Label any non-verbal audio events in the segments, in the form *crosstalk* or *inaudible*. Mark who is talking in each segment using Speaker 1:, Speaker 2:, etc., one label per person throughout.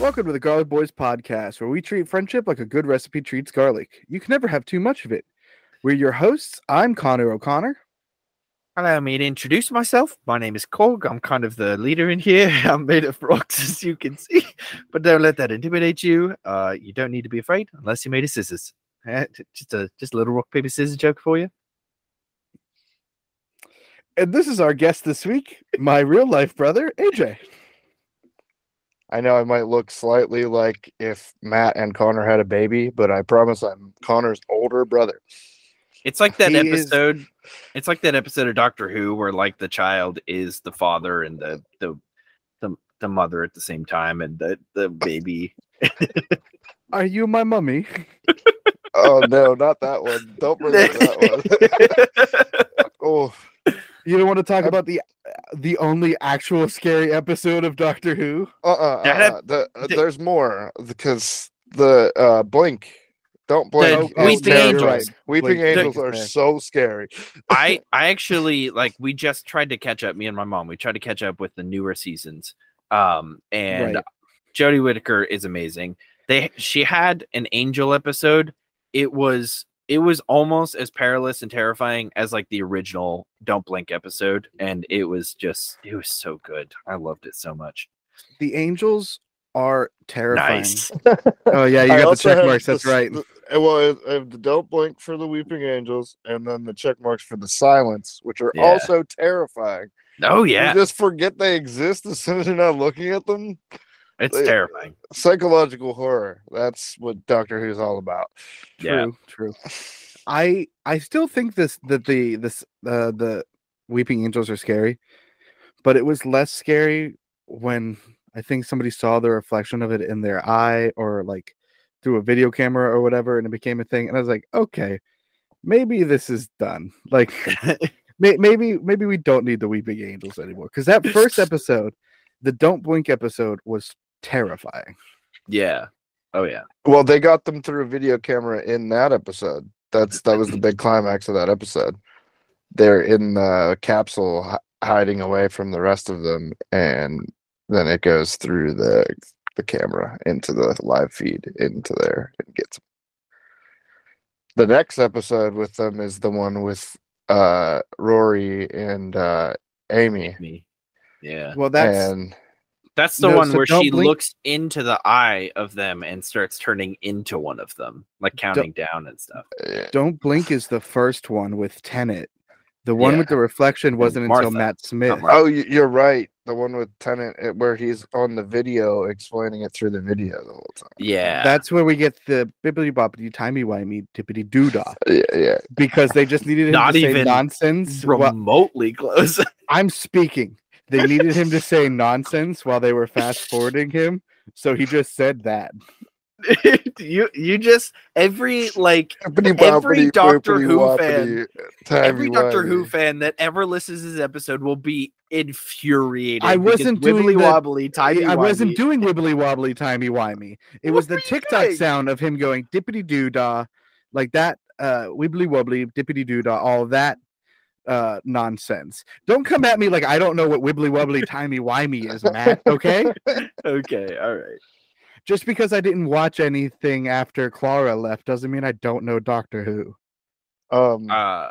Speaker 1: Welcome to the Garlic Boys podcast, where we treat friendship like a good recipe treats garlic. You can never have too much of it. We're your hosts. I'm Connor O'Connor.
Speaker 2: Allow me to introduce myself. My name is Korg. I'm kind of the leader in here. *laughs* I'm made of rocks, as you can see, *laughs* but don't let that intimidate you. Uh, you don't need to be afraid unless you're made of scissors. *laughs* Eh, t- Just a just a little rock paper scissors joke for you.
Speaker 1: And this is our guest this week, my real life brother, AJ.
Speaker 3: I know I might look slightly like if Matt and Connor had a baby, but I promise I'm Connor's older brother.
Speaker 2: It's like that
Speaker 1: He is-
Speaker 2: episode. It's like that episode of Doctor Who where like the child is the father and the the the, the mother at the same time, and the the baby.
Speaker 1: Are you my mummy?
Speaker 3: Oh no, not that one. Don't bring up that
Speaker 1: *laughs*
Speaker 3: one. oh,
Speaker 1: You don't want to talk
Speaker 3: I'm-
Speaker 1: about the the only actual scary episode of Doctor Who?
Speaker 3: uh, uh,
Speaker 2: That
Speaker 3: uh, the, uh,
Speaker 2: the-
Speaker 3: there's more because the uh, blink. Don't blink.
Speaker 1: oh,
Speaker 2: Weeping
Speaker 1: yeah,
Speaker 3: you're
Speaker 1: you're
Speaker 2: Angels.
Speaker 3: right. Weeping
Speaker 1: Blink is
Speaker 3: angels
Speaker 1: bad.
Speaker 3: are so scary.
Speaker 2: I I actually like we just tried to catch up. Me and my mom, we tried to catch up with the newer seasons. Um, and
Speaker 1: Right.
Speaker 2: Jodie Whittaker is amazing. They she had an angel episode. It was it was almost as perilous and terrifying as like the original Don't Blink episode, and it was just it was so good. I loved it so much.
Speaker 1: The angels are terrifying.
Speaker 2: Nice.
Speaker 1: Oh yeah, you got
Speaker 3: I
Speaker 1: the
Speaker 3: also
Speaker 1: check
Speaker 3: had
Speaker 1: marks. That's
Speaker 3: the s-
Speaker 1: right.
Speaker 3: The, well, I have the don't blink for the weeping angels, and then the check marks for the silence, which are
Speaker 2: Yeah.
Speaker 3: also terrifying.
Speaker 2: Oh
Speaker 3: You
Speaker 1: *laughs*
Speaker 2: yeah,
Speaker 3: just forget they exist as soon as you're not looking at them.
Speaker 2: it's
Speaker 3: it-
Speaker 2: terrifying.
Speaker 3: Psychological horror. That's what Doctor Who's all about.
Speaker 2: Yeah.
Speaker 1: True, true. I I still think this that the this uh, the weeping angels are scary, but it was less scary when I think somebody saw the reflection of it in their eye or like through a video camera or whatever, and it became a thing. And I was like, okay, maybe this is done. Like may, maybe maybe we don't need the weeping angels anymore because that first episode, the don't blink episode, was terrifying.
Speaker 2: yeah. Oh yeah.
Speaker 3: Well, they got them through a video camera in that episode. That's that was the big climax of that episode. They're in the capsule hi- hiding away from the rest of them, and then it goes through the the camera into the live feed into there and gets 'em. The next episode with them is the one with uh Rory and uh Amy.
Speaker 2: Me. Yeah.
Speaker 1: Well, that's
Speaker 3: and
Speaker 2: That's the
Speaker 1: No,
Speaker 2: one
Speaker 1: so
Speaker 2: where
Speaker 1: don't
Speaker 2: she
Speaker 1: blink.
Speaker 2: looks into the eye of them and starts turning into one of them, like counting down and stuff.
Speaker 3: uh,
Speaker 1: Don't Blink is the first one with Tenet. The one with the reflection wasn't
Speaker 2: Martha,
Speaker 1: until Matt Smith.
Speaker 2: Martha.
Speaker 3: Oh, y- you're right. The one with Tennant uh, where he's on the video explaining it through the video the whole time.
Speaker 2: Yeah.
Speaker 1: That's where we get the bibbity boppity timey wimey tippity doo dah
Speaker 3: Yeah, yeah.
Speaker 1: because they just needed him
Speaker 2: Not
Speaker 1: to say
Speaker 2: even
Speaker 1: nonsense. Well,
Speaker 2: remotely close. *laughs*
Speaker 1: I'm speaking. They needed him to say nonsense while they were fast forwarding him, so he just said that.
Speaker 2: you you just every like
Speaker 3: Bippity
Speaker 2: Every
Speaker 3: boppity
Speaker 2: Doctor
Speaker 3: boopity
Speaker 2: Who
Speaker 3: woppity, timey
Speaker 2: every Doctor Who
Speaker 3: wimey.
Speaker 2: fan that ever listens to this episode will be infuriated.
Speaker 1: I
Speaker 2: because
Speaker 1: wasn't doing
Speaker 2: wibbly
Speaker 1: the-
Speaker 2: wobbly timey.
Speaker 1: I wasn't
Speaker 2: wimey.
Speaker 1: doing wibbly wobbly timey wimey. It
Speaker 2: What
Speaker 1: was
Speaker 2: were
Speaker 1: the
Speaker 2: you
Speaker 1: TikTok
Speaker 2: doing?
Speaker 1: sound of him going dippity doo dah, like that, uh, wibbly wobbly, dippity doo dah, all that uh, nonsense. Don't come at me like I don't know what wibbly
Speaker 2: *laughs*
Speaker 1: wobbly timey wimey is, Matt. Okay,
Speaker 2: Okay, all right.
Speaker 1: just because I didn't watch anything after Clara left doesn't mean I don't know Doctor Who.
Speaker 3: Um,
Speaker 1: Mm.
Speaker 2: Uh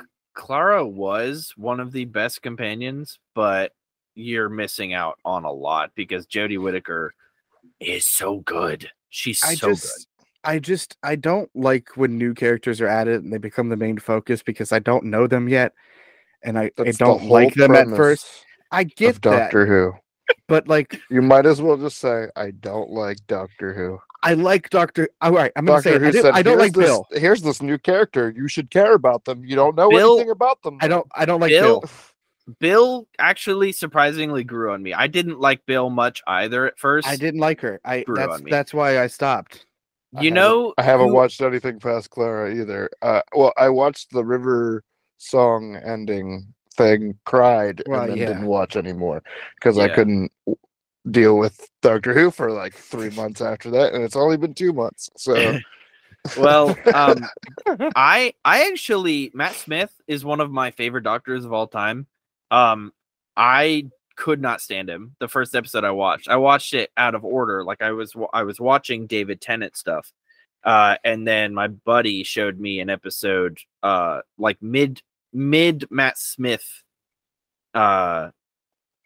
Speaker 2: C- Clara was one of the best companions, but you're missing out on a lot because Jodie Whittaker is so good. She's
Speaker 1: I
Speaker 2: so
Speaker 1: just, I just, I don't like when new characters are added and they become the main focus because I don't know them yet, and I, I
Speaker 3: that's the
Speaker 1: don't like
Speaker 3: whole
Speaker 1: them at
Speaker 3: premise
Speaker 1: first. I
Speaker 3: of
Speaker 1: get that,
Speaker 3: Doctor Who.
Speaker 1: but like
Speaker 3: You might as well just say, I don't like Doctor Who.
Speaker 1: I like Doctor. All right, I'm gonna
Speaker 3: Doctor
Speaker 1: say
Speaker 3: Who
Speaker 1: I, did,
Speaker 3: said,
Speaker 1: I don't
Speaker 3: "Here's
Speaker 1: like
Speaker 3: this,
Speaker 1: Bill.
Speaker 3: Here's this new character. You should care about them. You don't know
Speaker 2: Bill-
Speaker 3: anything about them.
Speaker 1: I don't. I don't like Bill.
Speaker 2: Bill. good. Bill actually surprisingly grew on me. I didn't like Bill much either at first.
Speaker 1: I didn't like her. I
Speaker 2: Grew
Speaker 1: that's
Speaker 2: on me.
Speaker 1: that's why I stopped.
Speaker 3: I
Speaker 2: You
Speaker 3: haven't-
Speaker 2: know,
Speaker 3: I haven't
Speaker 2: who-
Speaker 3: watched anything past Clara either. Uh, well, I watched the River Song ending thing, cried,
Speaker 1: Well,
Speaker 3: and then
Speaker 1: yeah.
Speaker 3: didn't watch anymore because I
Speaker 2: Yeah.
Speaker 3: couldn't w- deal with Doctor Who for like three months after that, and it's only been two months. So
Speaker 2: Well, um, I I actually Matt Smith is one of my favorite doctors of all time. Um, I could not stand him. The first episode I watched, I watched it out of order. Like I was wa- I was watching David Tennant stuff, uh, and then my buddy showed me an episode, uh, like mid mid Matt Smith, uh,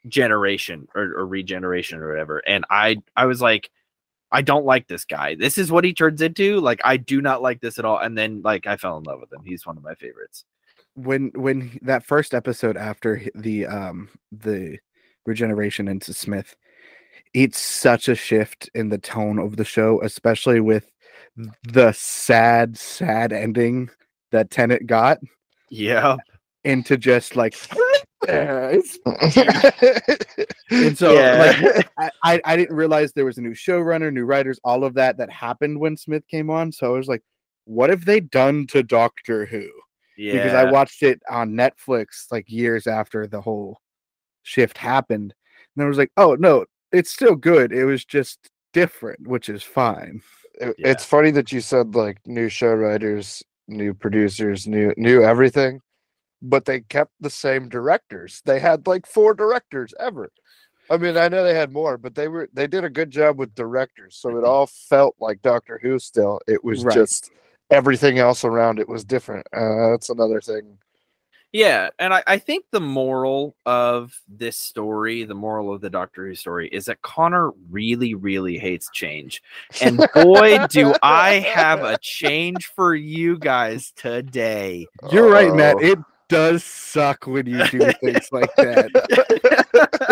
Speaker 2: generation or, or regeneration or whatever, and I I was like. I don't like this guy. This is what he turns into. Like, I do not like this at all. And then, like, I fell in love with him. He's one of my favorites.
Speaker 1: when when he- that first episode after h- the um the regeneration into Smith, it's such a shift in the tone of the show, especially with the sad, sad ending that Tenet got
Speaker 2: Yeah.
Speaker 1: into just like
Speaker 3: *laughs* Yes.
Speaker 1: and *laughs* so
Speaker 3: *laughs*
Speaker 1: like
Speaker 2: yeah.
Speaker 1: I, I I didn't realize there was a new showrunner, new writers, all of that that happened when Smith came on. So I was like, what have they done to Doctor Who?
Speaker 2: yeah.
Speaker 1: because I watched it on Netflix like years after the whole shift happened. And I was like, oh no, it's still good. It was just different, which is fine.
Speaker 3: It-
Speaker 2: Yeah.
Speaker 3: It's funny that you said like new show writers, new producers, new new everything, but they kept the same directors. They had like four directors ever. I mean, I know they had more, but they were they did a good job with directors, so
Speaker 2: Mm-hmm.
Speaker 3: it all felt like Doctor Who still. It was
Speaker 1: Right.
Speaker 3: just everything else around it was different. Uh, that's another thing.
Speaker 2: Yeah, and I, I think the moral of this story, the moral of the Doctor Who story, is that Connor really, really hates change. And boy, do I have a change for you guys today.
Speaker 1: You're right, Matt.
Speaker 3: Oh.
Speaker 1: It does suck when you do things like that.
Speaker 2: *laughs*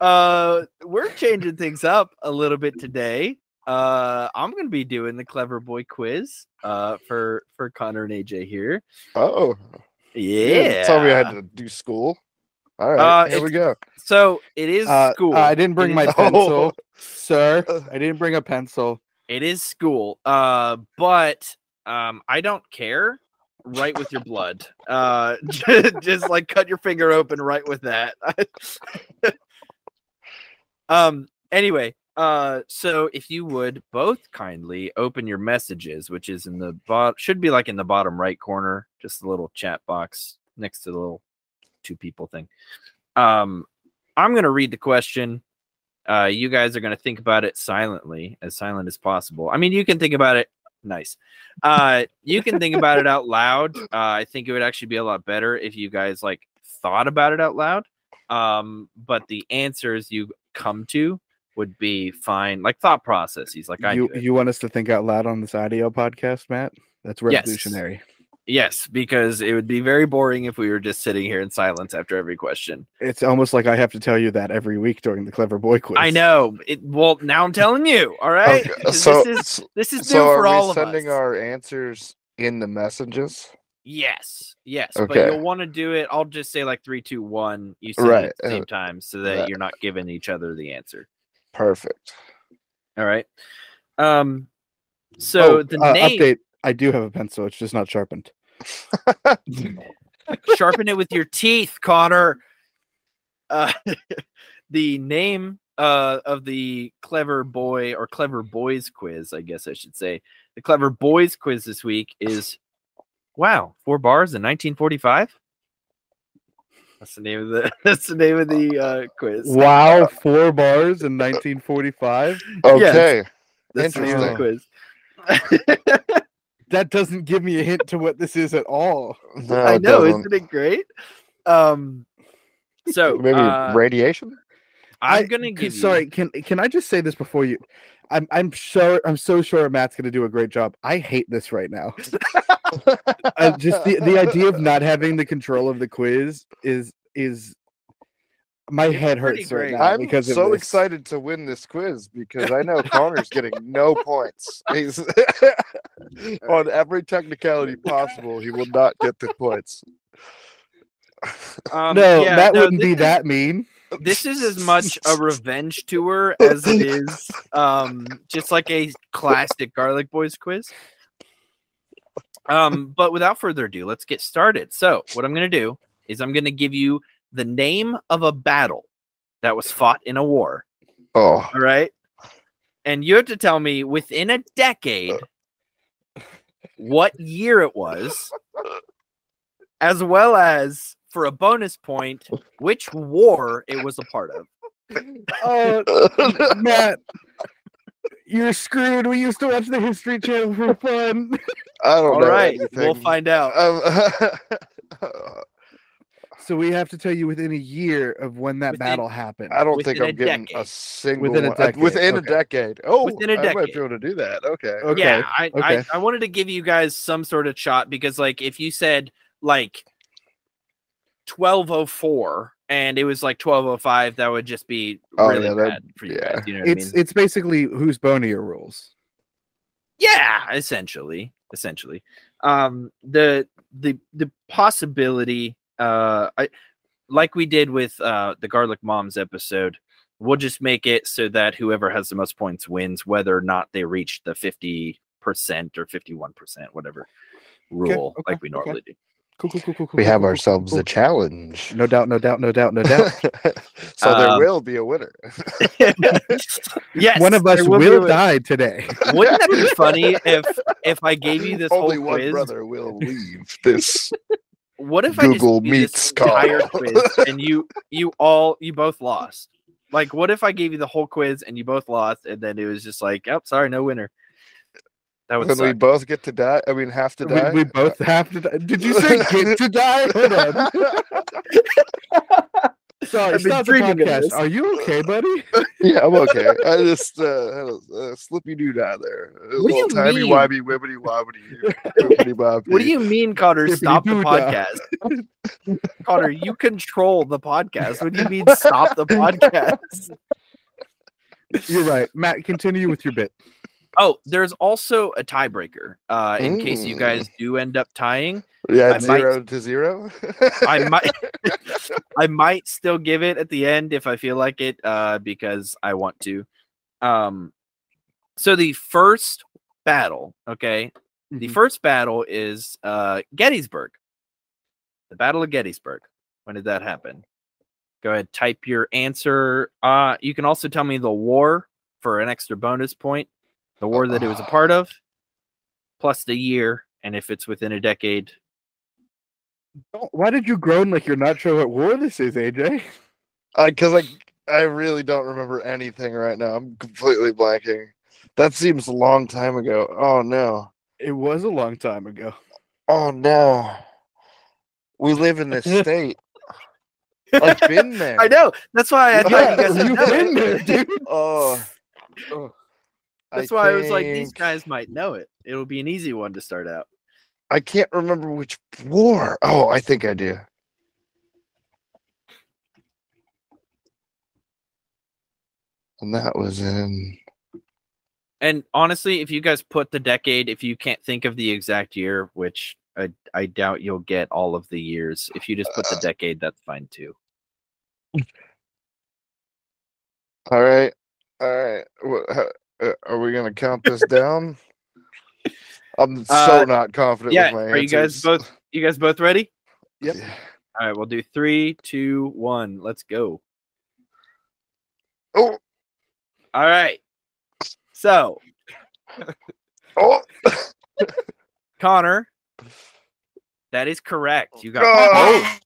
Speaker 2: uh, we're changing things up a little bit today. Uh, I'm gonna be doing the clever boy quiz uh for for Connor and AJ here.
Speaker 3: Oh, you
Speaker 2: Yeah,
Speaker 3: didn't tell me I had to do school. All
Speaker 2: Uh,
Speaker 3: right, here we go.
Speaker 2: So it is
Speaker 1: Uh,
Speaker 2: school. Uh.
Speaker 1: I didn't bring
Speaker 2: It
Speaker 1: my
Speaker 2: *laughs* is-
Speaker 1: pencil, sir. I didn't bring a pencil.
Speaker 2: It is school. Uh, but um, I don't care. Right with your blood. Uh, *laughs* just, like cut your finger open right with that. *laughs* um. Anyway. Uh. So if you would both kindly open your messages, which is in the bot, should be like in the bottom right corner, just the little chat box next to the little two people thing. Um. I'm gonna read the question uh, you guys are going to think about it silently, as silent as possible. I mean, you can think about it. Nice. Uh, you can think about it
Speaker 1: *laughs*
Speaker 2: out loud. Uh, I think it would actually be a lot better if you guys like thought about it out loud. Um, but the answers you come to would be fine, like thought processes, like I
Speaker 1: you
Speaker 2: do. it.
Speaker 1: you want us to think out loud on this audio podcast, Matt? That's
Speaker 2: Yes.
Speaker 1: revolutionary.
Speaker 2: Yes, because it would be very boring if we were just sitting here in silence after every question.
Speaker 1: It's almost like I have to tell you that every week during the Clever Boy quiz.
Speaker 2: I know. It, well, now I'm telling you. All right.
Speaker 3: Okay,
Speaker 2: 'Cause
Speaker 3: so,
Speaker 2: this is
Speaker 3: so
Speaker 2: this is new
Speaker 3: so
Speaker 2: for
Speaker 3: are
Speaker 2: all
Speaker 3: we
Speaker 2: of
Speaker 3: sending
Speaker 2: us.
Speaker 3: our answers in the messages?
Speaker 2: Yes, yes, but
Speaker 3: Okay.
Speaker 2: you'll want to do it. I'll just say like three, two, one. You say
Speaker 3: Right,
Speaker 2: at the same
Speaker 3: uh,
Speaker 2: time so that
Speaker 3: right.
Speaker 2: you're not giving each other the answer.
Speaker 3: Perfect.
Speaker 2: All right. Um. So
Speaker 1: Oh,
Speaker 2: the
Speaker 1: uh,
Speaker 2: name
Speaker 1: update. I do have a pencil. It's just not sharpened.
Speaker 2: sharpen it with your teeth, Connor. Uh, *laughs* the name uh, of the clever boy or clever boys quiz, I guess I should say, the clever boys quiz this week is wow, four bars in 1945. That's the name of the. *laughs* That's the name of the uh, quiz.
Speaker 1: Wow, four bars in 1945.
Speaker 3: Okay.
Speaker 2: That's the name of the
Speaker 1: Interesting.
Speaker 2: quiz.
Speaker 1: That doesn't give me a hint to what this is at all.
Speaker 3: No,
Speaker 2: I
Speaker 3: it
Speaker 2: know,
Speaker 3: doesn't.
Speaker 2: isn't it great? Um, so
Speaker 3: Maybe
Speaker 2: uh,
Speaker 3: radiation?
Speaker 1: I-
Speaker 2: I'm gonna
Speaker 1: Can-
Speaker 2: give. you-
Speaker 1: sorry, can can I just say this before you? I'm I'm sure I'm so sure Matt's gonna do a great job. I hate this right now. *laughs* uh, just the, the idea of not having the control of the quiz is is my head
Speaker 2: pretty
Speaker 1: hurts right
Speaker 2: great.
Speaker 1: now
Speaker 3: I'm
Speaker 1: because of
Speaker 3: so
Speaker 1: this.
Speaker 3: excited to win this quiz because I
Speaker 2: *laughs*
Speaker 3: know Connor's getting no points. He's *laughs* on every technicality possible. He will not get the points.
Speaker 2: Um,
Speaker 1: no,
Speaker 2: yeah,
Speaker 1: Matt
Speaker 2: no,
Speaker 1: wouldn't
Speaker 2: this
Speaker 1: be
Speaker 2: is-
Speaker 1: that mean.
Speaker 2: This is as much a revenge tour as it is um, just like a classic Garlic Boys quiz. Um, but without further ado, let's get started. So, what I'm going to do is I'm going to give you the name of a battle that was fought in a war.
Speaker 3: Oh,
Speaker 2: All right. And you have to tell me within a decade what year it was, as well as for a bonus point which war it was a part of.
Speaker 1: Oh, *laughs* Matt, you're screwed. We used to watch the History Channel for fun. *laughs*
Speaker 3: I don't
Speaker 2: All
Speaker 3: know.
Speaker 2: right, we'll
Speaker 3: anything. Uh,
Speaker 2: find out.
Speaker 3: Um,
Speaker 1: So we have to tell you within a year of when that
Speaker 2: Within-
Speaker 1: battle happened.
Speaker 3: *laughs* I don't think
Speaker 2: Within
Speaker 3: I'm
Speaker 2: a
Speaker 3: getting a
Speaker 2: decade.
Speaker 3: single
Speaker 1: Within a
Speaker 3: one- uh,
Speaker 1: decade,
Speaker 3: within a
Speaker 1: okay.
Speaker 3: decade. Oh,
Speaker 2: Within a
Speaker 3: I might
Speaker 2: decade.
Speaker 3: be able to do that. Okay. Okay.
Speaker 2: Yeah, I, I,
Speaker 1: okay.
Speaker 2: I wanted to give you guys some sort of shot because, like, if you said like 1204 and it was like 1205, that would just be
Speaker 3: Oh,
Speaker 2: really
Speaker 3: yeah, that-
Speaker 2: bad for you
Speaker 3: yeah.
Speaker 2: guys. You know what
Speaker 1: It's
Speaker 2: I mean?
Speaker 1: it's basically who's bonier rules.
Speaker 2: Yeah, essentially, essentially. Um, the the the possibility, uh, I like we did with uh the garlic moms episode. We'll just make it so that whoever has the most points wins, whether or not they reach the fifty percent or fifty one percent, whatever rule,
Speaker 1: okay,
Speaker 2: like we
Speaker 1: okay.
Speaker 2: normally do.
Speaker 1: Cool, cool, cool, cool, cool.
Speaker 3: We
Speaker 1: cool,
Speaker 2: *laughs*
Speaker 3: have
Speaker 1: cool,
Speaker 3: ourselves
Speaker 1: cool,
Speaker 3: a challenge.
Speaker 1: cool. No doubt, no doubt, no doubt, no
Speaker 3: *laughs*
Speaker 1: doubt.
Speaker 3: so there
Speaker 2: Um,
Speaker 3: will be a winner.
Speaker 2: *laughs* yes,
Speaker 1: One of us
Speaker 2: there
Speaker 1: will,
Speaker 2: be a win.
Speaker 1: die today.
Speaker 2: Wouldn't that be funny if if I gave you this
Speaker 3: *laughs* Only
Speaker 2: whole
Speaker 3: one
Speaker 2: quiz?
Speaker 3: brother
Speaker 2: *laughs*
Speaker 3: will leave this.
Speaker 2: What if
Speaker 3: Google
Speaker 2: I just gave you
Speaker 3: meets
Speaker 2: this entire
Speaker 3: Carl.
Speaker 2: quiz and you you all you both lost? Like, what if I gave you the whole quiz and you both lost, and then it was just like, oh, sorry, no winner. That would
Speaker 3: and we
Speaker 2: suck.
Speaker 3: both get to die. I mean, have *laughs* to die.
Speaker 1: *laughs* We, we both have to. Die. Did you say get to
Speaker 3: *laughs*
Speaker 1: die? Hold on. Sorry,
Speaker 2: I've been
Speaker 1: stop the
Speaker 2: dreaming of
Speaker 1: podcast.
Speaker 2: this.
Speaker 1: Are you okay, buddy?
Speaker 3: yeah, I'm okay. I just uh, had a, a slippy dude out there.
Speaker 2: What do you
Speaker 3: timey
Speaker 2: mean?
Speaker 3: wimey wibbity wobbity
Speaker 2: *laughs*
Speaker 3: wibbity bobbity.
Speaker 2: What do you mean, Connor?
Speaker 1: If you
Speaker 2: Stop the
Speaker 1: do that.
Speaker 2: podcast, Connor. You control the podcast. What do you mean, stop the podcast?
Speaker 1: You're right, Matt. Continue with your *laughs* bit.
Speaker 2: Oh, there's also a tiebreaker uh, in case you guys do end up tying.
Speaker 3: Yeah,
Speaker 2: I might-
Speaker 3: zero to zero. *laughs*
Speaker 2: I might I might still give it at the end if I feel like it uh because I want to. Um so the first battle, okay? The
Speaker 1: Mhm.
Speaker 2: first battle is uh Gettysburg. The Battle of Gettysburg. When did that happen? Go ahead type your answer. Uh you can also tell me the war for an extra bonus point. The war that it was a part of plus the year and if it's within a decade
Speaker 1: Don't- Why did you groan like you're not sure what war this is, AJ?
Speaker 3: because I I really don't remember anything right now. I'm completely blanking. That seems a long time ago. Oh no.
Speaker 1: It was a long time ago.
Speaker 3: Oh no. We live
Speaker 2: *laughs*
Speaker 3: in this state. I've been there.
Speaker 2: I know. That's why I thought you guys
Speaker 3: Yeah,
Speaker 1: *laughs*
Speaker 2: would
Speaker 1: You've
Speaker 2: know
Speaker 1: been
Speaker 2: it.
Speaker 1: there, dude.
Speaker 3: Oh. oh.
Speaker 2: That's why I was like, these
Speaker 3: think-
Speaker 2: guys might know it. It'll be an easy one to start out.
Speaker 3: I can't remember which war. Oh, I think I do. And that was in.
Speaker 2: And honestly, if you guys put the decade, if you can't think of the exact year, which I, I doubt you'll get all of the years, if you just put
Speaker 3: Uh,
Speaker 2: the decade, that's fine too.
Speaker 3: All right. All right. Wha- ha- uh, Are we going to count
Speaker 2: *laughs*
Speaker 3: this down? I'm so
Speaker 2: Uh,
Speaker 3: not confident
Speaker 2: yeah,
Speaker 3: with my
Speaker 2: are you guys
Speaker 3: answers.
Speaker 2: both- You guys both ready?
Speaker 1: Yep.
Speaker 3: Yeah.
Speaker 2: All right, we'll do three, two, one. Let's go.
Speaker 3: Oh,
Speaker 2: All right. So,
Speaker 3: oh,
Speaker 2: Connor, that is correct. You got
Speaker 3: Oh.
Speaker 2: both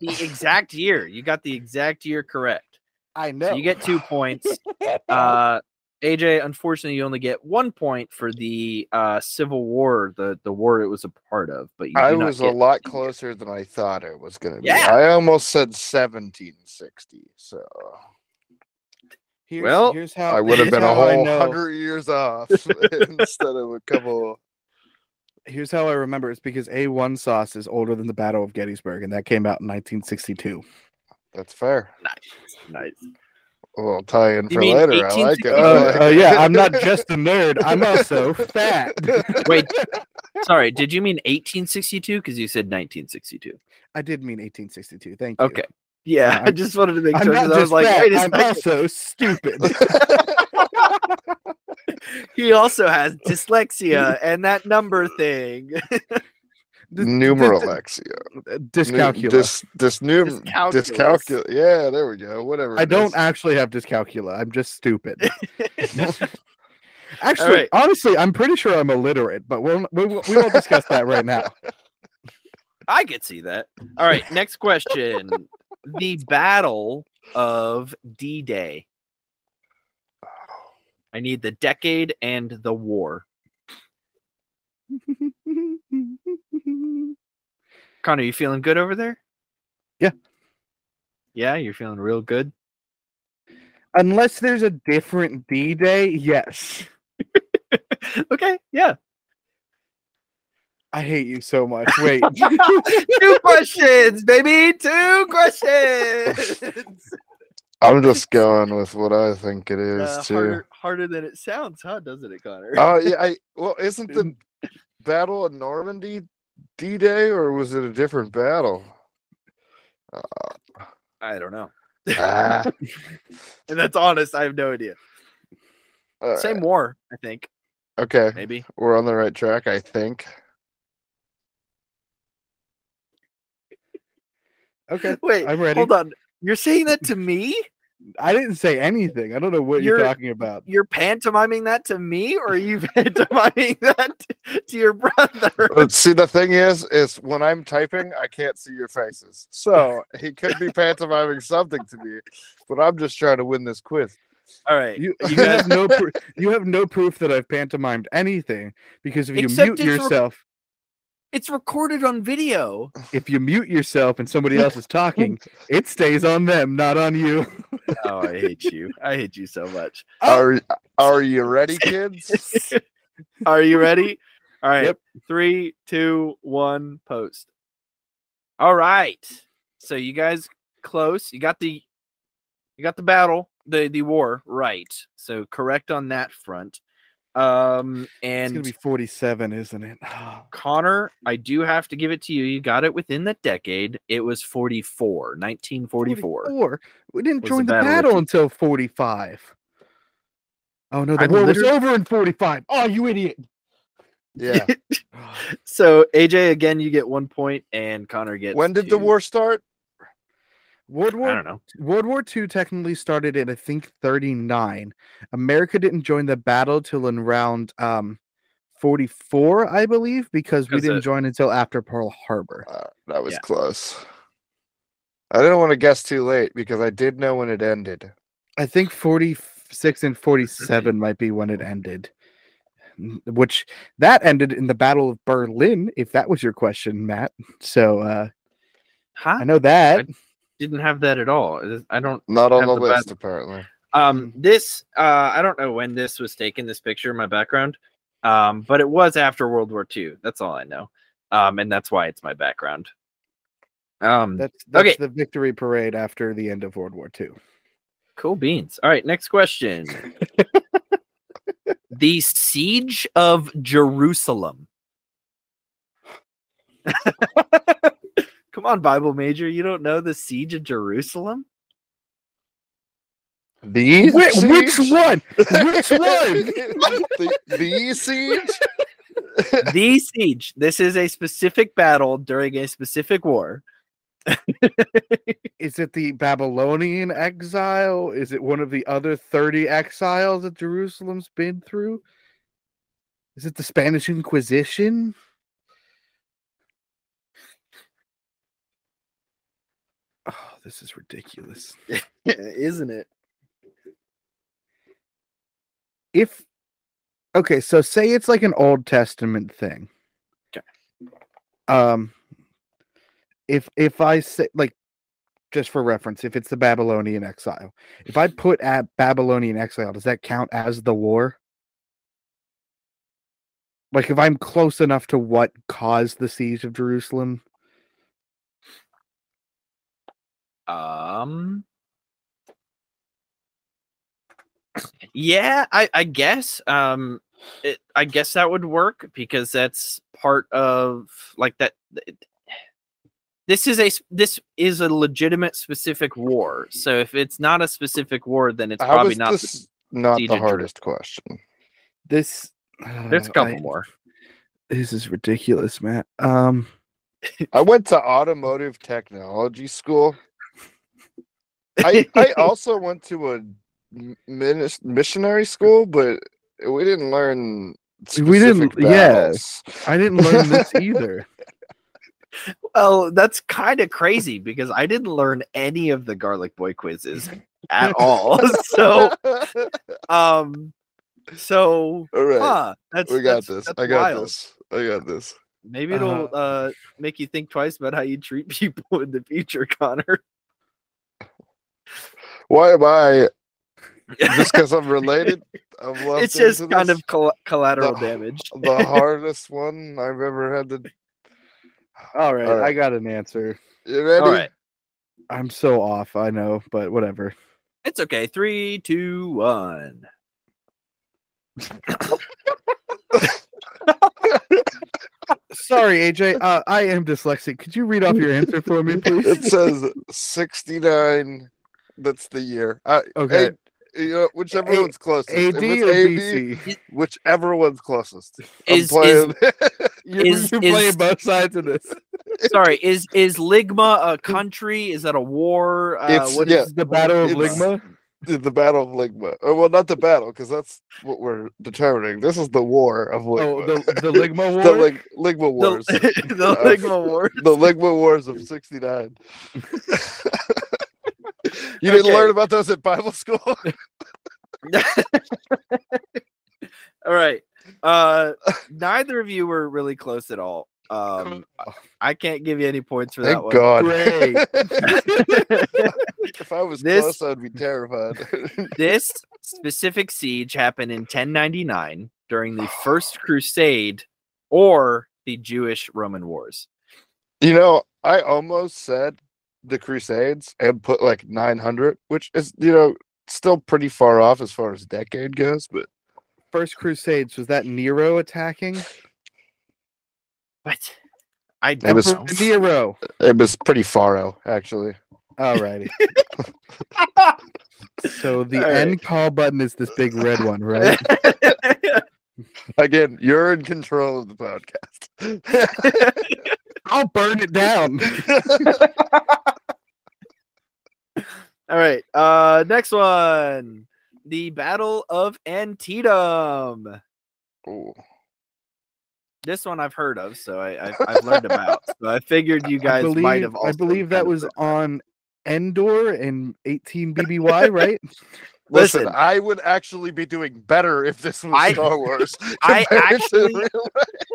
Speaker 2: the exact year. You got the exact year correct.
Speaker 1: I know.
Speaker 2: So you get two points. uh, AJ, unfortunately, you only get one point for the uh, Civil War, the the war it was a part of. But you do
Speaker 3: I
Speaker 2: not
Speaker 3: was a
Speaker 2: get-
Speaker 3: lot closer than I thought it was going to be.
Speaker 2: Yeah.
Speaker 3: I almost said 1760. So
Speaker 1: Here's,
Speaker 2: Well,
Speaker 1: here's how
Speaker 3: I would have
Speaker 1: *laughs* here's
Speaker 3: been a
Speaker 1: how Oh, I
Speaker 3: whole
Speaker 1: know-
Speaker 3: hundred
Speaker 1: *laughs*
Speaker 3: years off instead of a couple.
Speaker 1: Here's how I remember. It's because A1 sauce is older than the Battle of Gettysburg, and that came out in
Speaker 2: *laughs*
Speaker 1: 1962.
Speaker 3: That's fair.
Speaker 2: Nice.
Speaker 3: Well, tie in
Speaker 2: You
Speaker 3: for
Speaker 2: mean
Speaker 3: later. I like it. I
Speaker 2: 1860?
Speaker 3: like
Speaker 1: uh,
Speaker 3: it.
Speaker 1: yeah, I'm
Speaker 3: *laughs*
Speaker 1: not just a nerd. I'm also
Speaker 2: *laughs*
Speaker 1: fat.
Speaker 2: Wait, sorry, did you mean 1862? Because you said 1962.
Speaker 1: I did mean 1862. Thank you.
Speaker 2: Okay. Yeah, I
Speaker 1: I'm-
Speaker 2: just wanted to make
Speaker 1: I'm
Speaker 2: sure.
Speaker 1: not just
Speaker 2: 'cause I was like,
Speaker 1: fat.
Speaker 2: wait a
Speaker 1: I'm
Speaker 2: second.
Speaker 1: also
Speaker 2: *laughs*
Speaker 1: stupid.
Speaker 2: He also has
Speaker 1: *laughs*
Speaker 2: dyslexia and that number thing.
Speaker 3: Numeralexia. Nu-
Speaker 1: Uh, Dyscalculia.
Speaker 3: Dis, dis, num-
Speaker 2: Dyscalculus.
Speaker 3: dyscalcul- Yeah, there we go. Whatever.
Speaker 1: I
Speaker 3: it
Speaker 1: don't
Speaker 3: is.
Speaker 1: actually have dyscalculia. I'm just stupid.
Speaker 2: *laughs*
Speaker 1: Actually,
Speaker 2: right. *laughs*
Speaker 1: honestly, I'm pretty sure I'm illiterate, but we'll, we, won't- we won't discuss that right now.
Speaker 2: I could see that. All right, next question. the Battle of D Day. I need the decade and the war. Connor, you feeling good over there?
Speaker 1: Yeah.
Speaker 2: Yeah, you're feeling real good.
Speaker 1: Unless there's a different D Day, yes.
Speaker 2: okay, yeah.
Speaker 1: I hate you so much.
Speaker 2: *laughs*
Speaker 1: Wait.
Speaker 2: Two questions, baby. Two questions.
Speaker 3: I'm just going with what I think it is
Speaker 2: Uh,
Speaker 3: too.
Speaker 2: harder, harder than it sounds, huh? Doesn't it, Connor?
Speaker 3: Oh yeah, I well, isn't the Battle of Normandy D Day or was it a different battle?
Speaker 2: I don't know.
Speaker 3: *laughs* Ah,
Speaker 2: And that's honest. I have no idea.
Speaker 3: all
Speaker 2: Same
Speaker 3: right.
Speaker 2: war, I think.
Speaker 3: Uh, Okay,
Speaker 2: Maybe.
Speaker 3: *laughs* we're on the right track, I think.
Speaker 1: okay.
Speaker 2: Wait,
Speaker 1: I'm ready.
Speaker 2: hold on. You're saying that to me?
Speaker 1: I didn't say anything. I don't know what you're,
Speaker 2: You're-
Speaker 1: talking about.
Speaker 2: You're pantomiming that to me, or are you *laughs* pantomiming that t- to your brother?
Speaker 3: But see, the thing is, is when I'm typing, I can't see your faces, so he could be pantomiming something to me, but I'm just trying to win this quiz.
Speaker 2: All right.
Speaker 1: You, *laughs* you have
Speaker 2: *laughs*
Speaker 1: no pr- you have no proof that I've pantomimed anything because if you
Speaker 2: Except
Speaker 1: mute
Speaker 2: it's re-
Speaker 1: yourself,
Speaker 2: It's recorded on video.
Speaker 1: if you mute yourself and somebody else is talking, it stays on them, not on you.
Speaker 2: *laughs* Oh, I hate you. I hate you so *laughs* much.
Speaker 3: Are Are you ready,
Speaker 2: *laughs*
Speaker 3: kids?
Speaker 2: Are you ready? All right.
Speaker 1: Yep.
Speaker 2: Three, two, one, post. All right. So you guys close. You got the you got the battle, the the war, right. So correct on that front. Um
Speaker 1: it's
Speaker 2: and
Speaker 1: gonna be 47, isn't it? Ah,
Speaker 2: Connor, I do have to give it to you. You got it within the decade. It was 44, 1944.
Speaker 1: We didn't
Speaker 2: was the
Speaker 1: join the
Speaker 2: battle of
Speaker 1: battle until 45. Oh no, the
Speaker 2: I'm
Speaker 1: war
Speaker 2: literally-
Speaker 1: was over in 45. Oh, you idiot.
Speaker 3: Yeah.
Speaker 2: So AJ again you get 1 point and Connor gets
Speaker 3: When did the
Speaker 2: two.
Speaker 3: war start?
Speaker 1: World
Speaker 2: I don't
Speaker 1: War
Speaker 2: know.
Speaker 1: World War II technically started in I think 39. America didn't join the battle till in round um 44, I believe, because we
Speaker 2: Because
Speaker 1: didn't
Speaker 2: it-
Speaker 1: join until after Pearl Harbor.
Speaker 3: Uh, that was
Speaker 2: Yeah.
Speaker 3: close. I didn't want to guess too late because I did know when it ended.
Speaker 1: I think 46 and
Speaker 2: *laughs*
Speaker 1: 47 might be when it ended. N- Which that ended in the Battle of Berlin, if that was your question, Matt. So uh
Speaker 2: Huh?
Speaker 1: I know that.
Speaker 2: Didn't have that at all. It is- I don't
Speaker 3: Not on
Speaker 2: Have
Speaker 3: the
Speaker 2: the
Speaker 3: list, apparently. Mm.
Speaker 2: Um, this uh, I don't know when this was taken. This picture, my background, um, but it was after World War II. That's all I know, um, and that's why it's my background. Um,
Speaker 1: That's, that's
Speaker 2: Okay.
Speaker 1: the victory parade after the end of World War II.
Speaker 2: cool beans. All right, next *laughs* question. the siege of Jerusalem. Come on, Bible major, you don't know the siege of Jerusalem? *laughs*
Speaker 3: The
Speaker 1: Whi- which
Speaker 2: *laughs*
Speaker 1: one?
Speaker 3: *laughs*
Speaker 1: Which one?
Speaker 3: the, the siege?
Speaker 2: the siege. This is a specific battle during a specific war.
Speaker 1: Is it the Babylonian exile? Is it one of the other 30 exiles that Jerusalem's been through? Is it the Spanish Inquisition? Oh, this is ridiculous.
Speaker 2: *laughs* Isn't it?
Speaker 1: If okay, so say it's like an Old Testament thing.
Speaker 2: Okay.
Speaker 1: Um if if I say like just for reference, if it's the Babylonian exile, if I put at Babylonian exile, does that count as the war? Like if I'm close enough to what caused the siege of Jerusalem?
Speaker 2: Um. Yeah, I I guess um it, I guess that would work because that's part of like that it- this is a s- this is a legitimate specific war. So if it's not a specific war then it's
Speaker 3: How
Speaker 2: probably
Speaker 3: is
Speaker 2: not the-
Speaker 3: this not
Speaker 2: siege
Speaker 3: the
Speaker 2: of Jeru-
Speaker 3: hardest question?
Speaker 1: This
Speaker 2: there's a
Speaker 1: uh,
Speaker 2: couple
Speaker 1: I-
Speaker 2: more.
Speaker 1: This is ridiculous, Matt. Um
Speaker 3: I went to automotive technology school. I,
Speaker 1: *laughs*
Speaker 3: I also went to a m- minis- missionary school, but we didn't learn.
Speaker 1: We didn't-
Speaker 3: specific
Speaker 1: yeah.
Speaker 3: *laughs* battles.
Speaker 1: *laughs* I didn't learn this either.
Speaker 2: Well, that's kind of crazy because I didn't learn any of the Garlic Boy
Speaker 3: *laughs*
Speaker 2: quizzes at all. *laughs* so, um, so,
Speaker 3: All right.
Speaker 2: huh, that's
Speaker 3: we got
Speaker 2: that's-
Speaker 3: this.
Speaker 2: that's
Speaker 3: I got
Speaker 2: wild.
Speaker 3: this. I got this.
Speaker 2: Maybe it'll
Speaker 1: Uh,
Speaker 2: uh make you think twice about how you treat *laughs* people in the future, Connor.
Speaker 3: Why
Speaker 1: *laughs*
Speaker 3: am I just because I'm related? I'm lumped
Speaker 2: it's just
Speaker 3: into
Speaker 2: kind
Speaker 3: this?
Speaker 2: of colla- collateral
Speaker 3: The-
Speaker 2: damage.
Speaker 3: the hardest one I've ever had to.
Speaker 1: All right,
Speaker 3: All right.
Speaker 1: I got an answer.
Speaker 3: You ready?
Speaker 2: All right,
Speaker 1: I'm so off, I know, but whatever.
Speaker 2: it's okay. Three, two, one.
Speaker 1: Sorry, AJ. Uh, I am dyslexic. Could you read off your answer for me,
Speaker 3: It
Speaker 1: please?
Speaker 3: says 69. That's the year. I,
Speaker 1: Okay.
Speaker 3: A- you know, whichever
Speaker 1: A-
Speaker 3: one's closest. If
Speaker 1: AD or
Speaker 3: it's AD,
Speaker 1: BC?
Speaker 3: Whichever one's closest. I'm
Speaker 2: Is, is
Speaker 3: playing.
Speaker 1: You're,
Speaker 2: Is-
Speaker 1: you're
Speaker 2: is-
Speaker 1: playing both sides of this.
Speaker 2: sorry is is Ligma a country? Is that a war? Uh,
Speaker 3: It's-
Speaker 2: what
Speaker 3: yeah.
Speaker 1: *laughs*
Speaker 2: is-
Speaker 1: The Battle of
Speaker 3: It's-
Speaker 1: Ligma.
Speaker 3: *laughs* the Battle of Ligma. Oh, well, not the battle, because that's what we're determining. This is the war of
Speaker 1: Oh,
Speaker 3: Ligma.
Speaker 1: the, the Ligma War.
Speaker 3: the Lig- Ligma Wars.
Speaker 2: the, *laughs* the
Speaker 3: *laughs* Uh,
Speaker 2: Ligma war?
Speaker 3: the Ligma Wars of '69. *laughs* you didn't
Speaker 2: Okay.
Speaker 3: learn about those at Bible
Speaker 2: *laughs*
Speaker 3: school.
Speaker 2: All right. Uh, neither of you were really close
Speaker 3: *laughs*
Speaker 2: at all. Um, I- I can't give you any points for that
Speaker 3: Thank
Speaker 2: one.
Speaker 3: God.
Speaker 1: Great.
Speaker 3: *laughs* if I was
Speaker 2: This-
Speaker 3: close, I'd be terrified. *laughs*
Speaker 2: this specific siege happened in 1099 during the First Crusade or the Jewish Roman Wars.
Speaker 3: you know, I almost said the Crusades and put like 900, which is you know still pretty far off as far as decade goes, but
Speaker 1: First Crusades was that Nero attacking?
Speaker 2: But I
Speaker 3: It
Speaker 2: don't
Speaker 3: was-
Speaker 2: know.
Speaker 1: Emperor Nero.
Speaker 3: it was pretty far out actually.
Speaker 2: *laughs*
Speaker 1: Alrighty. So the
Speaker 2: Alright.
Speaker 1: end call button is this big red one, right?
Speaker 3: Again, you're in control of the podcast. *laughs*
Speaker 2: *laughs*
Speaker 1: I'll burn it down.
Speaker 2: All right. Uh, next one. The Battle of Antietam.
Speaker 3: Ooh.
Speaker 2: This one I've heard of, so I, I've, I've
Speaker 3: *laughs*
Speaker 2: learned about. So I figured you
Speaker 1: I
Speaker 2: guys
Speaker 1: believe,
Speaker 2: might have. Also
Speaker 1: I believe that
Speaker 2: kind of
Speaker 1: was
Speaker 2: heard-
Speaker 1: on Endor in
Speaker 2: *laughs*
Speaker 1: 18 BBY, right?
Speaker 3: Listen,
Speaker 2: Listen.
Speaker 3: I would actually be doing better if this was
Speaker 2: I-
Speaker 3: Star Wars. *laughs*
Speaker 2: *laughs*
Speaker 3: Oh,
Speaker 2: I
Speaker 3: compared to
Speaker 2: actually-
Speaker 3: real-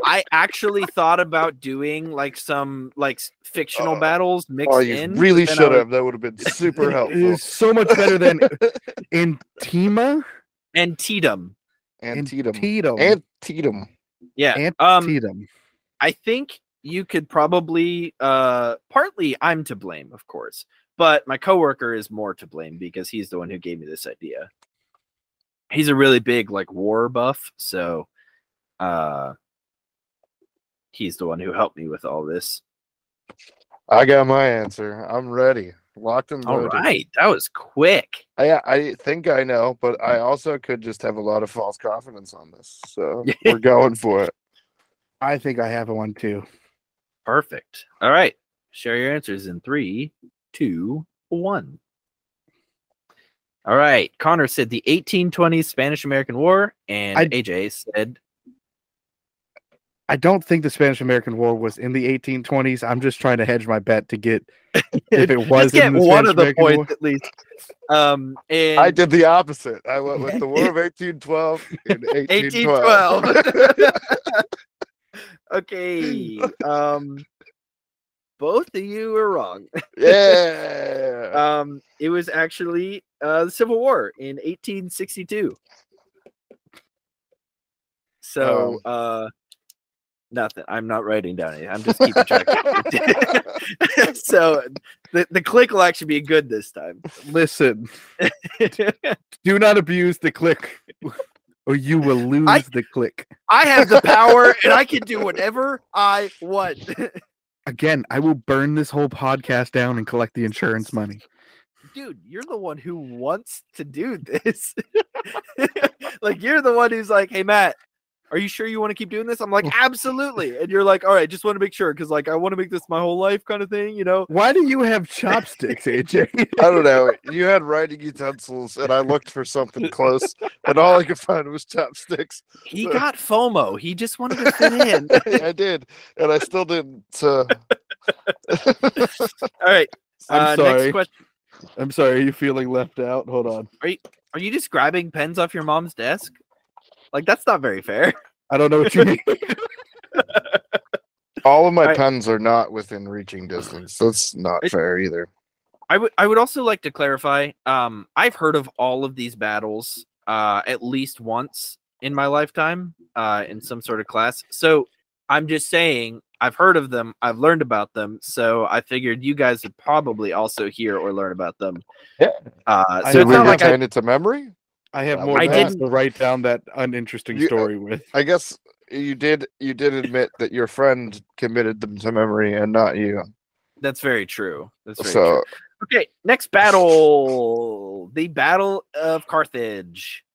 Speaker 2: I actually thought about doing like some like s- fictional
Speaker 3: Oh.
Speaker 2: battles mixed
Speaker 3: Oh, you
Speaker 2: in.
Speaker 3: really
Speaker 2: but then I
Speaker 3: should
Speaker 2: was-
Speaker 3: have. That would have
Speaker 2: *laughs*
Speaker 3: been super
Speaker 2: Oh,
Speaker 1: It
Speaker 3: helpful.
Speaker 1: is so much better than Antima.
Speaker 2: Antietam.
Speaker 3: Antietam.
Speaker 1: Antietam.
Speaker 3: Antietam.
Speaker 2: Yeah. Um,
Speaker 1: Antietam.
Speaker 2: I think you could probably uh partly I'm to blame, of course, but my coworker is more to blame because he's the one who gave me this idea. He's a really big like war buff, so uh he's the one who helped me with all this.
Speaker 3: I got my answer. I'm ready. Locked and
Speaker 2: All
Speaker 3: loaded.
Speaker 2: right, that was quick.
Speaker 3: I, I think I know, but I also could just have a lot of false confidence on this.
Speaker 2: *laughs*
Speaker 3: So we're going for it.
Speaker 1: I think I have one too.
Speaker 2: Perfect. All right. Share your answers in three, two, one. All right. Connor said the 1820s Spanish American War, and
Speaker 1: I-
Speaker 2: AJ said,
Speaker 1: I don't think the Spanish American War was in the 1820s. I'm just trying to hedge my bet to
Speaker 2: *laughs*
Speaker 1: get if it was
Speaker 2: Just get
Speaker 1: in the
Speaker 2: one
Speaker 1: Spanish
Speaker 2: of the
Speaker 1: American
Speaker 2: points
Speaker 1: War.
Speaker 2: at least. Um, and
Speaker 3: I did the opposite. I went
Speaker 2: *laughs*
Speaker 3: with the War of 1812 and 1812.
Speaker 2: 1812. okay. Um, both of you are wrong.
Speaker 3: *laughs*
Speaker 2: *laughs*
Speaker 3: yeah.
Speaker 2: Um, it was actually uh, the Civil War in 1862. So uh, nothing. I'm not writing down it. I'm just keeping
Speaker 3: *laughs*
Speaker 2: track. *laughs* so the, the click will actually be good this time. *laughs*
Speaker 1: Listen, do not abuse the click, or you will lose
Speaker 2: I-
Speaker 1: the click.
Speaker 2: I have the power and I can do whatever I want.
Speaker 1: Again, I will burn this whole podcast down and collect the insurance money.
Speaker 2: Dude, you're the one who wants to do this. *laughs* like you're the one who's like, "Hey Matt, are you sure you want to keep doing this?" I'm like, "Absolutely." And you're like, "All right, just want to make sure cuz like I want to make this my whole life kind of thing, you know."
Speaker 1: Why do you have chopsticks,
Speaker 2: *laughs*
Speaker 1: AJ?
Speaker 2: Uh,
Speaker 3: I don't know. You had writing utensils, and I looked for something close, and all I could find was chopsticks.
Speaker 2: He
Speaker 3: Uh.
Speaker 2: *laughs* got FOMO. He just wanted to fit in.
Speaker 3: I did, and I still didn't. So
Speaker 2: All right.
Speaker 1: I'm
Speaker 2: uh,
Speaker 1: sorry.
Speaker 2: Next question.
Speaker 1: I'm sorry. Are you feeling left out? Hold on.
Speaker 2: Are you just grabbing pens off your mom's desk? Like that's not very fair.
Speaker 1: I don't know what
Speaker 2: *laughs*
Speaker 1: you mean.
Speaker 3: All of my
Speaker 2: I-
Speaker 3: pens are not within reaching distance. That's not
Speaker 2: It-
Speaker 3: fair either.
Speaker 2: I would I would also like to clarify. Um, I've heard of all of these battles uh, at least once in my lifetime uh, in some sort of class. So I'm just saying I've heard of them. I've learned about them. So I figured you guys would probably also hear or learn about them.
Speaker 3: Yeah.
Speaker 2: Uh,
Speaker 1: I
Speaker 2: so
Speaker 3: Did
Speaker 2: it's
Speaker 3: we
Speaker 2: not like I,
Speaker 3: retain it to memory?
Speaker 1: I have
Speaker 3: Well,
Speaker 1: more
Speaker 2: I
Speaker 1: things
Speaker 2: didn't- uh,
Speaker 1: to write down that uninteresting
Speaker 3: You-
Speaker 1: story with.
Speaker 3: I guess you did. You did admit that your friend committed them to memory and not you.
Speaker 2: that's very true. That's very
Speaker 3: So
Speaker 2: true. Okay, next battle, the Battle of Carthage.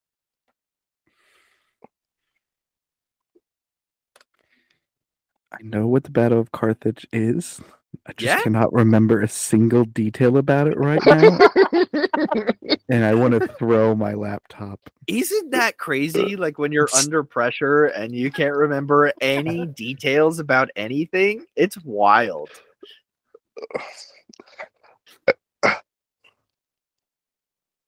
Speaker 1: I know what the Battle of Carthage is. I just
Speaker 2: Yeah?
Speaker 1: cannot remember a single detail about it right now,
Speaker 2: *laughs*
Speaker 1: and I want to throw my laptop.
Speaker 2: Isn't that *clears throat* crazy? Like when you're under pressure and you can't remember *laughs* any details about anything, it's wild.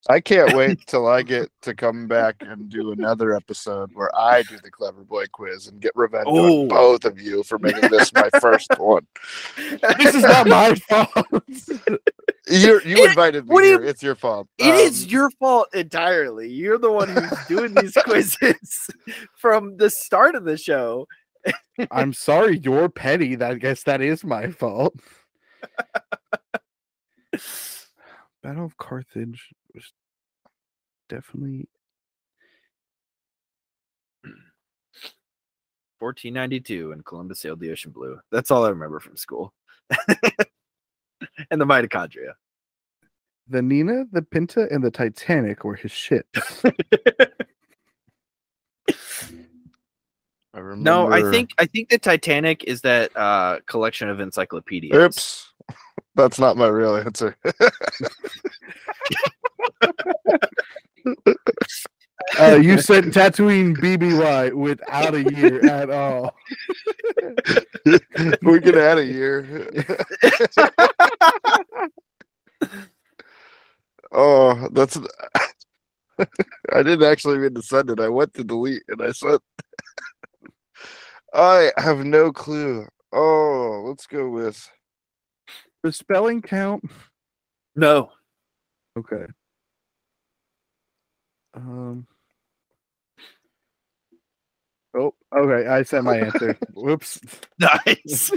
Speaker 3: I can't
Speaker 2: *laughs*
Speaker 3: wait till I get to come back and do another episode where I do the clever boy quiz and get revenge
Speaker 2: Oh.
Speaker 3: on both of you for making this my
Speaker 2: *laughs*
Speaker 3: first one.
Speaker 1: This is not my fault.
Speaker 3: *laughs* You're, you
Speaker 2: It-
Speaker 3: invited me
Speaker 2: what do you-
Speaker 3: here. It's your fault.
Speaker 2: It is
Speaker 3: Um,
Speaker 2: your fault entirely. You're the one who's doing *laughs* these quizzes from the start of the show.
Speaker 1: I'm sorry, you're petty. that- I guess that is my fault. *sighs* Battle of Carthage was definitely
Speaker 2: 1492 and Columbus sailed the ocean blue. That's all I remember from school. *laughs* and the mitochondria.
Speaker 1: the Nina, the Pinta, and the Titanic were his shit.
Speaker 3: Um, I
Speaker 2: No, I
Speaker 3: remember-
Speaker 2: think I think the Titanic is that uh collection of encyclopedias.
Speaker 3: Oops. *laughs* That's not my real answer.
Speaker 1: Uh, you *laughs* said Tatooine BBY without a year at *laughs* all.
Speaker 3: we can add
Speaker 1: *laughs*
Speaker 3: a year. oh, that's. *laughs* I didn't actually mean to send it. I went to delete and I sent. *laughs* I have no clue. Oh, let's go with.
Speaker 1: The spelling count.
Speaker 2: No.
Speaker 1: Okay. Um. Oh, okay. I sent my *laughs* answer. Whoops.
Speaker 2: Nice.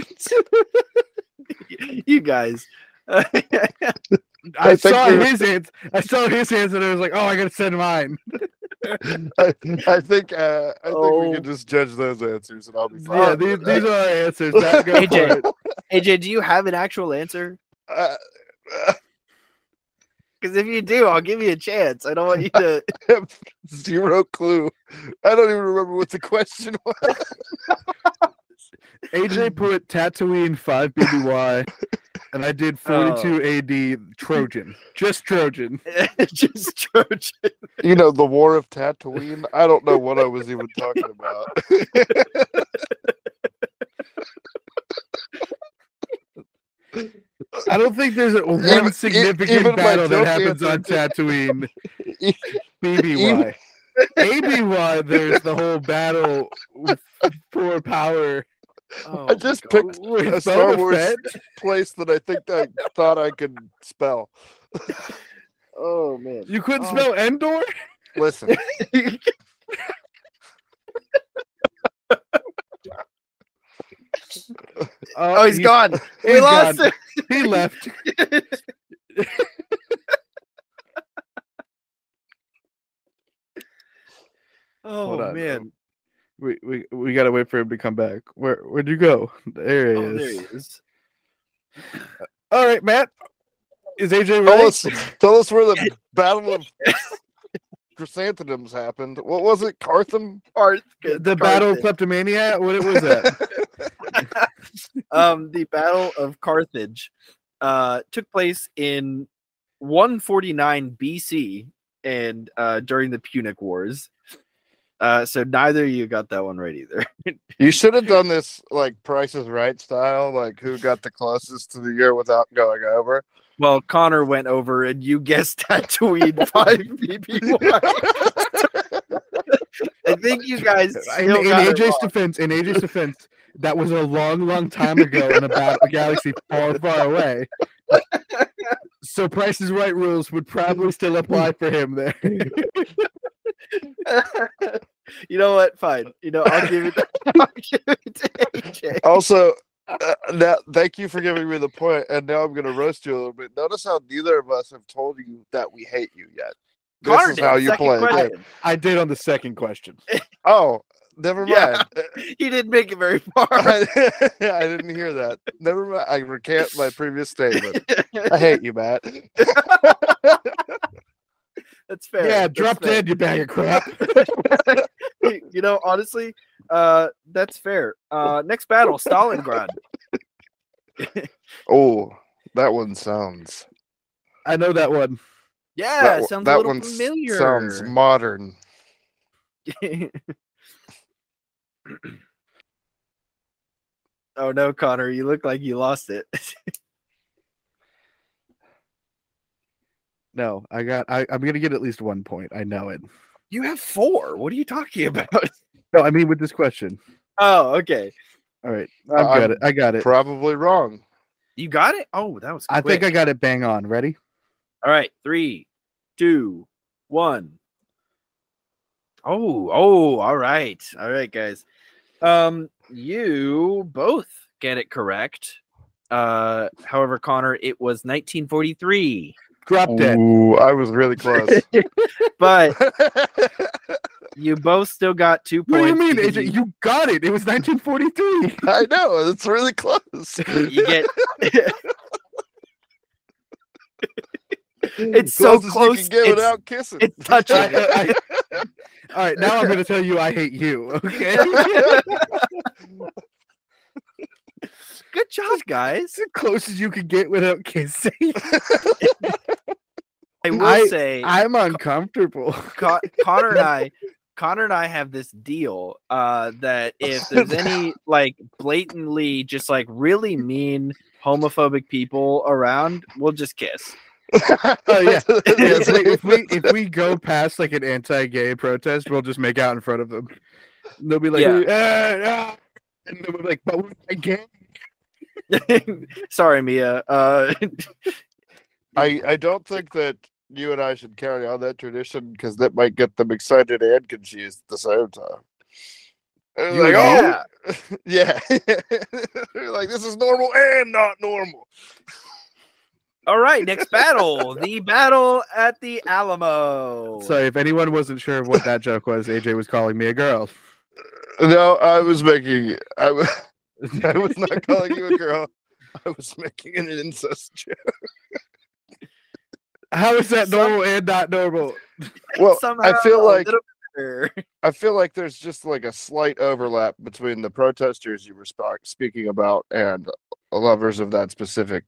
Speaker 2: *laughs* you guys. *laughs*
Speaker 1: I,
Speaker 3: I think
Speaker 1: saw
Speaker 3: you're-
Speaker 1: his hands. I saw his hands, and I was like, "Oh, I gotta send mine."
Speaker 3: I, I think. Uh, I think we
Speaker 2: Oh.
Speaker 3: can just judge those answers and I'll be fine.
Speaker 1: Yeah,
Speaker 3: with
Speaker 1: these,
Speaker 3: that. *laughs*
Speaker 1: these are our answers. Zach, go
Speaker 2: AJ. *laughs*
Speaker 1: for it.
Speaker 2: AJ, do you have an actual answer?
Speaker 3: Uh,
Speaker 2: Because if you do, I'll give you a chance. I don't want you to *laughs*
Speaker 3: I have *laughs* zero clue. I don't even remember what the question was.
Speaker 1: AJ put Tatooine five BBY, and I did
Speaker 2: Oh.
Speaker 1: forty-two AD Trojan. Just Trojan.
Speaker 2: just Trojan.
Speaker 3: you know, the War of Tatooine. I don't know what I was even talking about.
Speaker 1: I don't think there's
Speaker 2: *laughs*
Speaker 1: a, one
Speaker 3: Even- e-
Speaker 1: significant
Speaker 3: even my
Speaker 1: battle that
Speaker 3: joke
Speaker 1: happens
Speaker 3: answer-
Speaker 1: on
Speaker 2: *laughs*
Speaker 1: Tatooine.
Speaker 3: E-
Speaker 1: BBY. ABY, there's the whole battle with- for power.
Speaker 2: Oh,
Speaker 3: I just picked
Speaker 1: With
Speaker 3: a Star
Speaker 1: Boba
Speaker 3: Wars
Speaker 1: Fett.
Speaker 3: place that I think I thought I could spell.
Speaker 2: Oh man.
Speaker 1: You couldn't
Speaker 2: Oh.
Speaker 1: spell Endor?
Speaker 3: *laughs* Listen,
Speaker 2: oh, he's
Speaker 1: he-
Speaker 2: *laughs* gone. We
Speaker 1: he's
Speaker 2: lost
Speaker 1: gone.
Speaker 2: him.
Speaker 1: He left. Hold
Speaker 2: Oh
Speaker 1: on.
Speaker 2: man.
Speaker 1: We, we we gotta wait for him to come back. Where where'd you go? There he
Speaker 2: Oh, there
Speaker 1: is.
Speaker 2: he is.
Speaker 1: All right, Matt. Is
Speaker 2: Oh,
Speaker 1: AJ
Speaker 3: tell
Speaker 1: ready?
Speaker 3: us, tell us where the Battle of Chrysanthemums happened. What was it, Cartham?
Speaker 2: Arth-
Speaker 1: the Battle of
Speaker 2: Carthage.
Speaker 1: Kleptomania? What it was
Speaker 2: *laughs*
Speaker 1: that?
Speaker 2: um, the Battle of Carthage uh, took place in 149 BC and uh, during the Punic Wars. Uh, so neither of you got that one right either. *laughs*
Speaker 3: You should have done this like Price is Right style, like who got the closest to the year without going over.
Speaker 2: Well, Connor went over and you guessed *laughs* Tatooine
Speaker 1: *laughs*
Speaker 2: 5 BBY. *laughs* I think you guys
Speaker 1: In,
Speaker 2: still
Speaker 1: in
Speaker 2: got it
Speaker 1: AJ's
Speaker 2: wrong.
Speaker 1: defense, in
Speaker 2: *laughs*
Speaker 1: AJ's defense, that was a long, long time ago in about a galaxy far, far away. So Price is Right rules would probably still apply for him
Speaker 2: *laughs*
Speaker 1: there.
Speaker 2: you know what? Fine. You know, I'll give it, *laughs* I'll give it to AJ.
Speaker 3: Also, uh, now, thank you for giving me the point, and now I'm going to roast you a little bit. Notice how neither of us have told you that we hate you yet. This
Speaker 2: Connor
Speaker 3: is
Speaker 2: did,
Speaker 3: how you
Speaker 2: second
Speaker 3: play. it.
Speaker 2: question.
Speaker 1: I did on the second question.
Speaker 3: Oh, never
Speaker 2: Yeah.
Speaker 3: mind. *laughs*
Speaker 2: He didn't make it very far. *laughs*
Speaker 3: I, I didn't hear that. Never mind. I recant my previous statement. I hate you, Matt.
Speaker 2: That's fair.
Speaker 1: yeah,
Speaker 2: That's
Speaker 1: drop
Speaker 2: fair.
Speaker 1: dead, you bag of crap.
Speaker 2: you know, honestly, uh, that's fair. Uh, next battle, Stalingrad.
Speaker 3: Oh, that one sounds.
Speaker 1: I know that one.
Speaker 2: Yeah,
Speaker 3: one-
Speaker 2: sounds
Speaker 3: that
Speaker 2: a little
Speaker 3: one s-
Speaker 2: familiar.
Speaker 3: Sounds modern.
Speaker 2: *clears throat* oh no, Connor, you look like you lost it. *laughs*
Speaker 1: No, I got. I, I'm gonna get at least one point. I know it.
Speaker 2: you have four. What are you talking about?
Speaker 1: No, I mean with this question.
Speaker 2: Oh, okay.
Speaker 1: All right,
Speaker 3: Uh,
Speaker 1: I got
Speaker 3: I'm
Speaker 1: it. I got it.
Speaker 3: Probably wrong.
Speaker 2: You got it? Oh, that was
Speaker 1: I
Speaker 2: quick.
Speaker 1: think I got it. Bang on. Ready?
Speaker 2: All right, three, two, one. Oh, oh, all right. All right, guys. Um, you both get it correct. Uh, however, Connor, it was 1943.
Speaker 1: Drop dead.
Speaker 3: Ooh, I was really close. *laughs*
Speaker 2: But you both still got two
Speaker 1: What
Speaker 2: points.
Speaker 1: do you mean,
Speaker 2: because
Speaker 1: AJ? You got it. It was *laughs* 1943.
Speaker 3: I know it's really close.
Speaker 2: you get
Speaker 1: *laughs*
Speaker 2: It's so
Speaker 3: Closest
Speaker 2: close,
Speaker 3: You can get
Speaker 2: it's-
Speaker 3: without kissing. *laughs*
Speaker 2: it touching. it.
Speaker 1: I- I- all right, now I'm gonna tell you I hate you. *laughs* Okay.
Speaker 2: *laughs* Good job, guys.
Speaker 1: the closest you could get without kissing.
Speaker 3: *laughs*
Speaker 2: I will
Speaker 1: I-
Speaker 2: say
Speaker 1: I'm uncomfortable.
Speaker 2: Con-
Speaker 3: *laughs*
Speaker 2: Connor and I, Connor and I have this deal uh,
Speaker 3: *laughs*
Speaker 2: that if there's any like blatantly just like really mean homophobic people around, we'll just kiss. *laughs*
Speaker 1: Oh, *laughs* yeah.
Speaker 3: Yes.
Speaker 1: if, we, if we if we go past like an anti-gay protest, we'll just make out in front of them. And they'll be like,
Speaker 2: Yeah.
Speaker 1: "Ah, ah," and then we're like, but we're not gay.
Speaker 2: Sorry, Mia.
Speaker 3: *laughs*
Speaker 2: Uh,
Speaker 3: I, I don't think that you and I should carry on that tradition because that might get them excited and confused at the same time. They're
Speaker 1: You
Speaker 3: like,
Speaker 1: and
Speaker 3: oh, *laughs* yeah. They're like, this is normal and not normal.
Speaker 2: All right, next battle, the battle at the Alamo.
Speaker 1: So if anyone wasn't sure of what that joke was, AJ was calling me a girl.
Speaker 3: No, I was making, I was, *laughs* I was not calling you a girl. I was making an incest joke.
Speaker 1: How is that
Speaker 2: Some-
Speaker 1: normal and not normal?
Speaker 3: Well, I feel
Speaker 2: a
Speaker 3: like-
Speaker 2: little
Speaker 3: *laughs*
Speaker 2: better.
Speaker 3: I feel like there's just like a slight overlap between the protesters you were sp- speaking about and lovers of that specific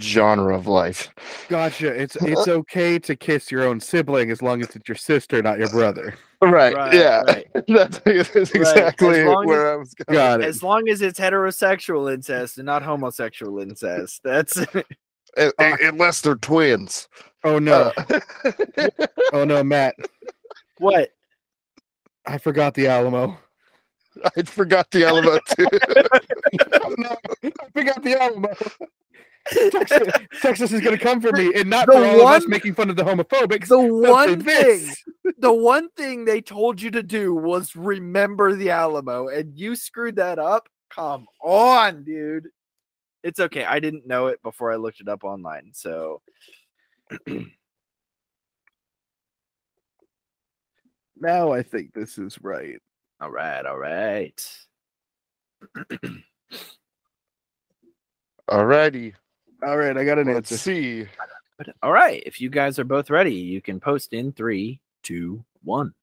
Speaker 3: genre of life.
Speaker 1: Gotcha. It's it's okay to kiss your own sibling as long as it's your sister, not your brother.
Speaker 3: Right.
Speaker 2: Right,
Speaker 3: yeah. *laughs*
Speaker 2: right.
Speaker 3: That's, that's exactly
Speaker 2: long as-
Speaker 3: where I was going.
Speaker 1: Got it.
Speaker 2: As long as it's heterosexual incest and not homosexual incest, that's *laughs*
Speaker 3: Un- un- Unless they're twins. Uh,
Speaker 1: Oh
Speaker 3: *laughs*
Speaker 1: no. Oh no, Matt.
Speaker 2: what.
Speaker 1: I forgot the Alamo.
Speaker 3: I forgot the element
Speaker 2: *laughs*
Speaker 3: too.
Speaker 1: Oh, no. I forgot the Alamo. Texas, Texas is going to come for me, and not
Speaker 2: The
Speaker 1: for all of us
Speaker 2: one-
Speaker 1: making fun of the homophobics.
Speaker 2: The
Speaker 1: but for
Speaker 2: one thing,
Speaker 1: this.
Speaker 2: the one thing they told you to do was remember the Alamo, and you screwed that up. Come on, dude. It's okay. I didn't know it before I looked it up online. So
Speaker 1: Now I think this is right.
Speaker 2: all right, all right.
Speaker 3: Alrighty.
Speaker 1: All right, I got an
Speaker 3: Let's
Speaker 1: answer.
Speaker 3: see.
Speaker 2: But- all right. If you guys are both ready, you can post in three, two, one.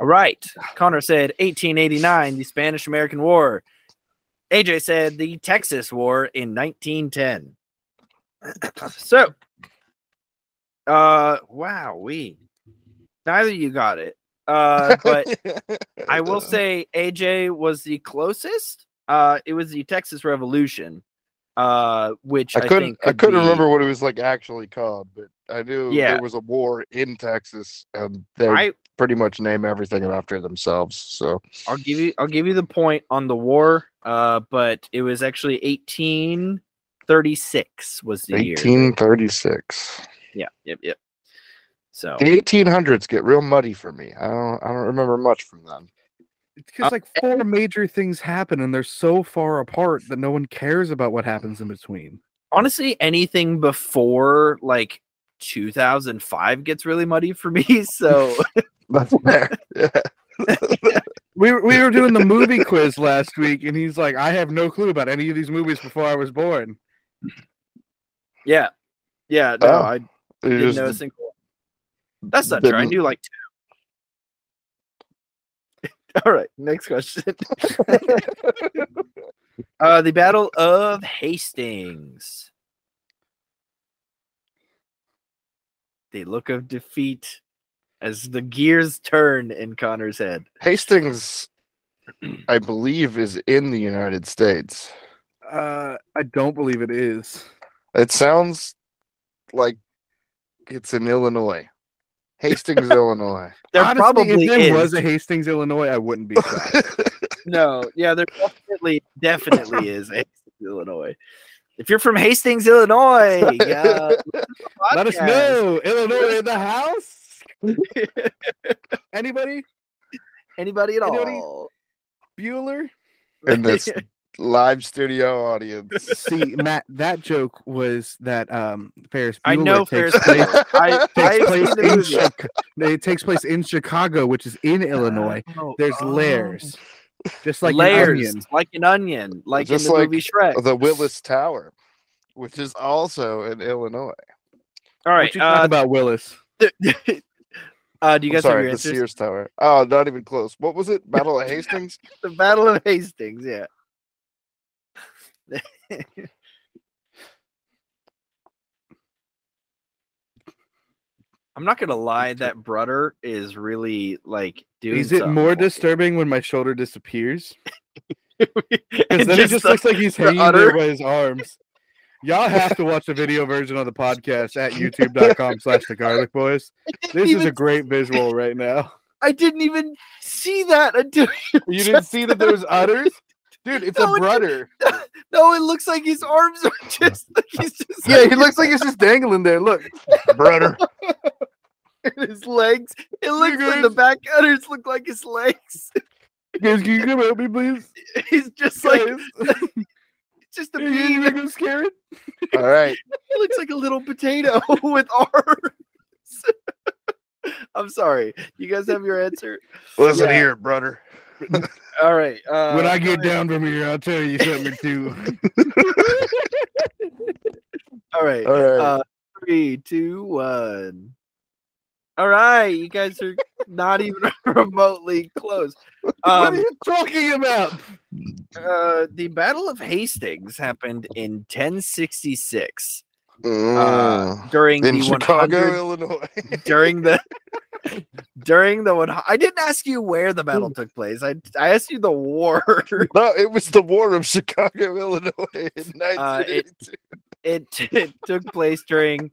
Speaker 2: All right. Connor said 1889, the Spanish American War. AJ said the Texas War in *clears throat* 1910. so, uh, wow, we Neither of you got it.
Speaker 3: *laughs*
Speaker 2: Uh, but I will say AJ was the closest. Uh, it was the Texas Revolution, uh, which I,
Speaker 3: I couldn't.
Speaker 2: think
Speaker 3: I
Speaker 2: could
Speaker 3: couldn't
Speaker 2: be-
Speaker 3: remember what it was like actually called, but I knew
Speaker 2: Yeah.
Speaker 3: there was a war in Texas, and they
Speaker 2: I
Speaker 3: pretty much name everything after themselves. So
Speaker 2: I'll give you I'll give you the point on the war. Uh, but it was actually 1836 was the year.
Speaker 3: 1836.
Speaker 2: Yeah. Yep. Yep. So
Speaker 3: The 1800s get real muddy for me. I don't. I don't remember much from them. *laughs*
Speaker 1: because like four major things happen and they're so far apart that no one cares about what happens in between.
Speaker 2: honestly, anything before like 2005 gets really muddy for me. *laughs* So *laughs*
Speaker 3: That's fair. yeah.
Speaker 1: We were, we *laughs* were doing the movie quiz last week, and he's like, "I have no clue about any of these movies before I was born."
Speaker 2: yeah, yeah. No,
Speaker 3: Oh,
Speaker 2: I
Speaker 3: It
Speaker 2: didn't
Speaker 3: was
Speaker 2: know a
Speaker 3: the-
Speaker 2: single. one. That's not true. I
Speaker 3: didn't-
Speaker 2: do like two. *laughs* All right, next question. *laughs* uh, the Battle of Hastings. The look of defeat as the gears turn in Connor's head.
Speaker 3: Hastings, I believe, is in the United States.
Speaker 1: Uh, I don't believe it is.
Speaker 3: It sounds like it's in Illinois.
Speaker 2: *laughs*
Speaker 3: Hastings, Illinois. *laughs*
Speaker 2: There
Speaker 1: Honestly,
Speaker 2: probably
Speaker 1: if there
Speaker 2: is. *laughs*
Speaker 1: was a Hastings, Illinois, I wouldn't be shocked.
Speaker 2: No, yeah, there definitely *laughs* definitely is Hastings, Illinois. If you're from Hastings, Illinois, yeah,
Speaker 1: Let us
Speaker 2: podcast.
Speaker 1: know, Illinois in the house.
Speaker 2: *laughs*
Speaker 1: Anybody?
Speaker 2: Anybody at
Speaker 1: Anybody? *laughs*
Speaker 2: all?
Speaker 1: Bueller?
Speaker 3: In
Speaker 2: *laughs*
Speaker 3: this live studio audience.
Speaker 1: See, Matt, that joke was that um Ferris Bueller
Speaker 2: I know
Speaker 1: takes
Speaker 2: Ferris
Speaker 1: place
Speaker 2: I,
Speaker 1: takes
Speaker 2: *laughs* I've
Speaker 1: place
Speaker 2: seen the
Speaker 1: in
Speaker 2: movie.
Speaker 1: Chica- it takes place in Chicago, which is in Illinois.
Speaker 2: *laughs* Oh,
Speaker 1: There's
Speaker 2: oh.
Speaker 1: layers, just like an
Speaker 2: layers,
Speaker 1: onion.
Speaker 2: like an onion, like
Speaker 3: Just
Speaker 2: in the
Speaker 3: like
Speaker 2: movie Shrek.
Speaker 3: the Willis Tower, which is also in Illinois.
Speaker 1: What
Speaker 2: All right,
Speaker 1: you talking
Speaker 2: uh,
Speaker 1: about, Willis?
Speaker 2: *laughs* uh, do you
Speaker 3: I'm
Speaker 2: guys have
Speaker 3: sorry,
Speaker 2: your
Speaker 3: the
Speaker 2: answers?
Speaker 3: Sears Tower. Oh, not even close. What was it? Battle of Hastings?
Speaker 2: The Battle of Hastings, yeah. *laughs* I'm not gonna lie, that brother is really like doing.
Speaker 1: Is it
Speaker 2: something
Speaker 1: more
Speaker 2: for *laughs* me.
Speaker 1: disturbing when my shoulder
Speaker 2: *laughs*
Speaker 1: disappears? Because
Speaker 2: It
Speaker 1: then it just looks like he's
Speaker 2: the
Speaker 1: hanging
Speaker 2: udder.
Speaker 1: there by his arms. Y'all have to watch the video version of the podcast at youtube.com slash the garlic boys.
Speaker 2: didn't
Speaker 1: This is a
Speaker 2: even-
Speaker 1: great visual right now.
Speaker 2: I didn't even see that until.
Speaker 1: *laughs* You didn't see that there was udders? Dude, it's
Speaker 2: *laughs* No, it-
Speaker 1: a brudder.
Speaker 2: *laughs* No, it looks like his arms are *laughs*
Speaker 1: *laughs*
Speaker 2: just like he's just
Speaker 1: Yeah, he looks like it's just dangling there. Look.
Speaker 3: Brother.
Speaker 2: like *laughs* his legs. It looks like the
Speaker 1: guys-
Speaker 2: back udders look like his legs. *laughs*
Speaker 1: Guys, can you come help me, please?
Speaker 2: He's just like
Speaker 1: Guys,
Speaker 2: *laughs* it's
Speaker 1: *laughs*
Speaker 2: just a
Speaker 1: can you
Speaker 2: bean.
Speaker 1: think I'm scared?
Speaker 3: *laughs* All right.
Speaker 2: He looks like a little potato *laughs* with arms. *laughs* I'm sorry. You guys have your answer.
Speaker 3: Listen
Speaker 2: Yeah.
Speaker 3: here, brother.
Speaker 2: All right. Uh,
Speaker 1: when I get
Speaker 2: Connor-
Speaker 1: down from here, I'll tell you something *laughs* too. *laughs*
Speaker 2: All right.
Speaker 3: All right.
Speaker 2: Uh, Three, two, one. All right. You guys are not even *laughs* remotely close.
Speaker 1: *laughs* what are
Speaker 2: Um,
Speaker 1: you talking about?
Speaker 2: uh, the Battle of Hastings happened in 1066
Speaker 1: uh,
Speaker 3: Mm.
Speaker 2: during
Speaker 3: in
Speaker 2: the
Speaker 3: Chicago,
Speaker 2: 100
Speaker 3: Illinois. *laughs*
Speaker 2: during the *laughs* during the one I didn't ask you where the
Speaker 3: Hmm.
Speaker 2: battle took place. I I asked you the war. *laughs*
Speaker 3: no, it was the War of Chicago, Illinois
Speaker 1: *laughs* Uh,
Speaker 3: in 1982.
Speaker 2: It, it took place during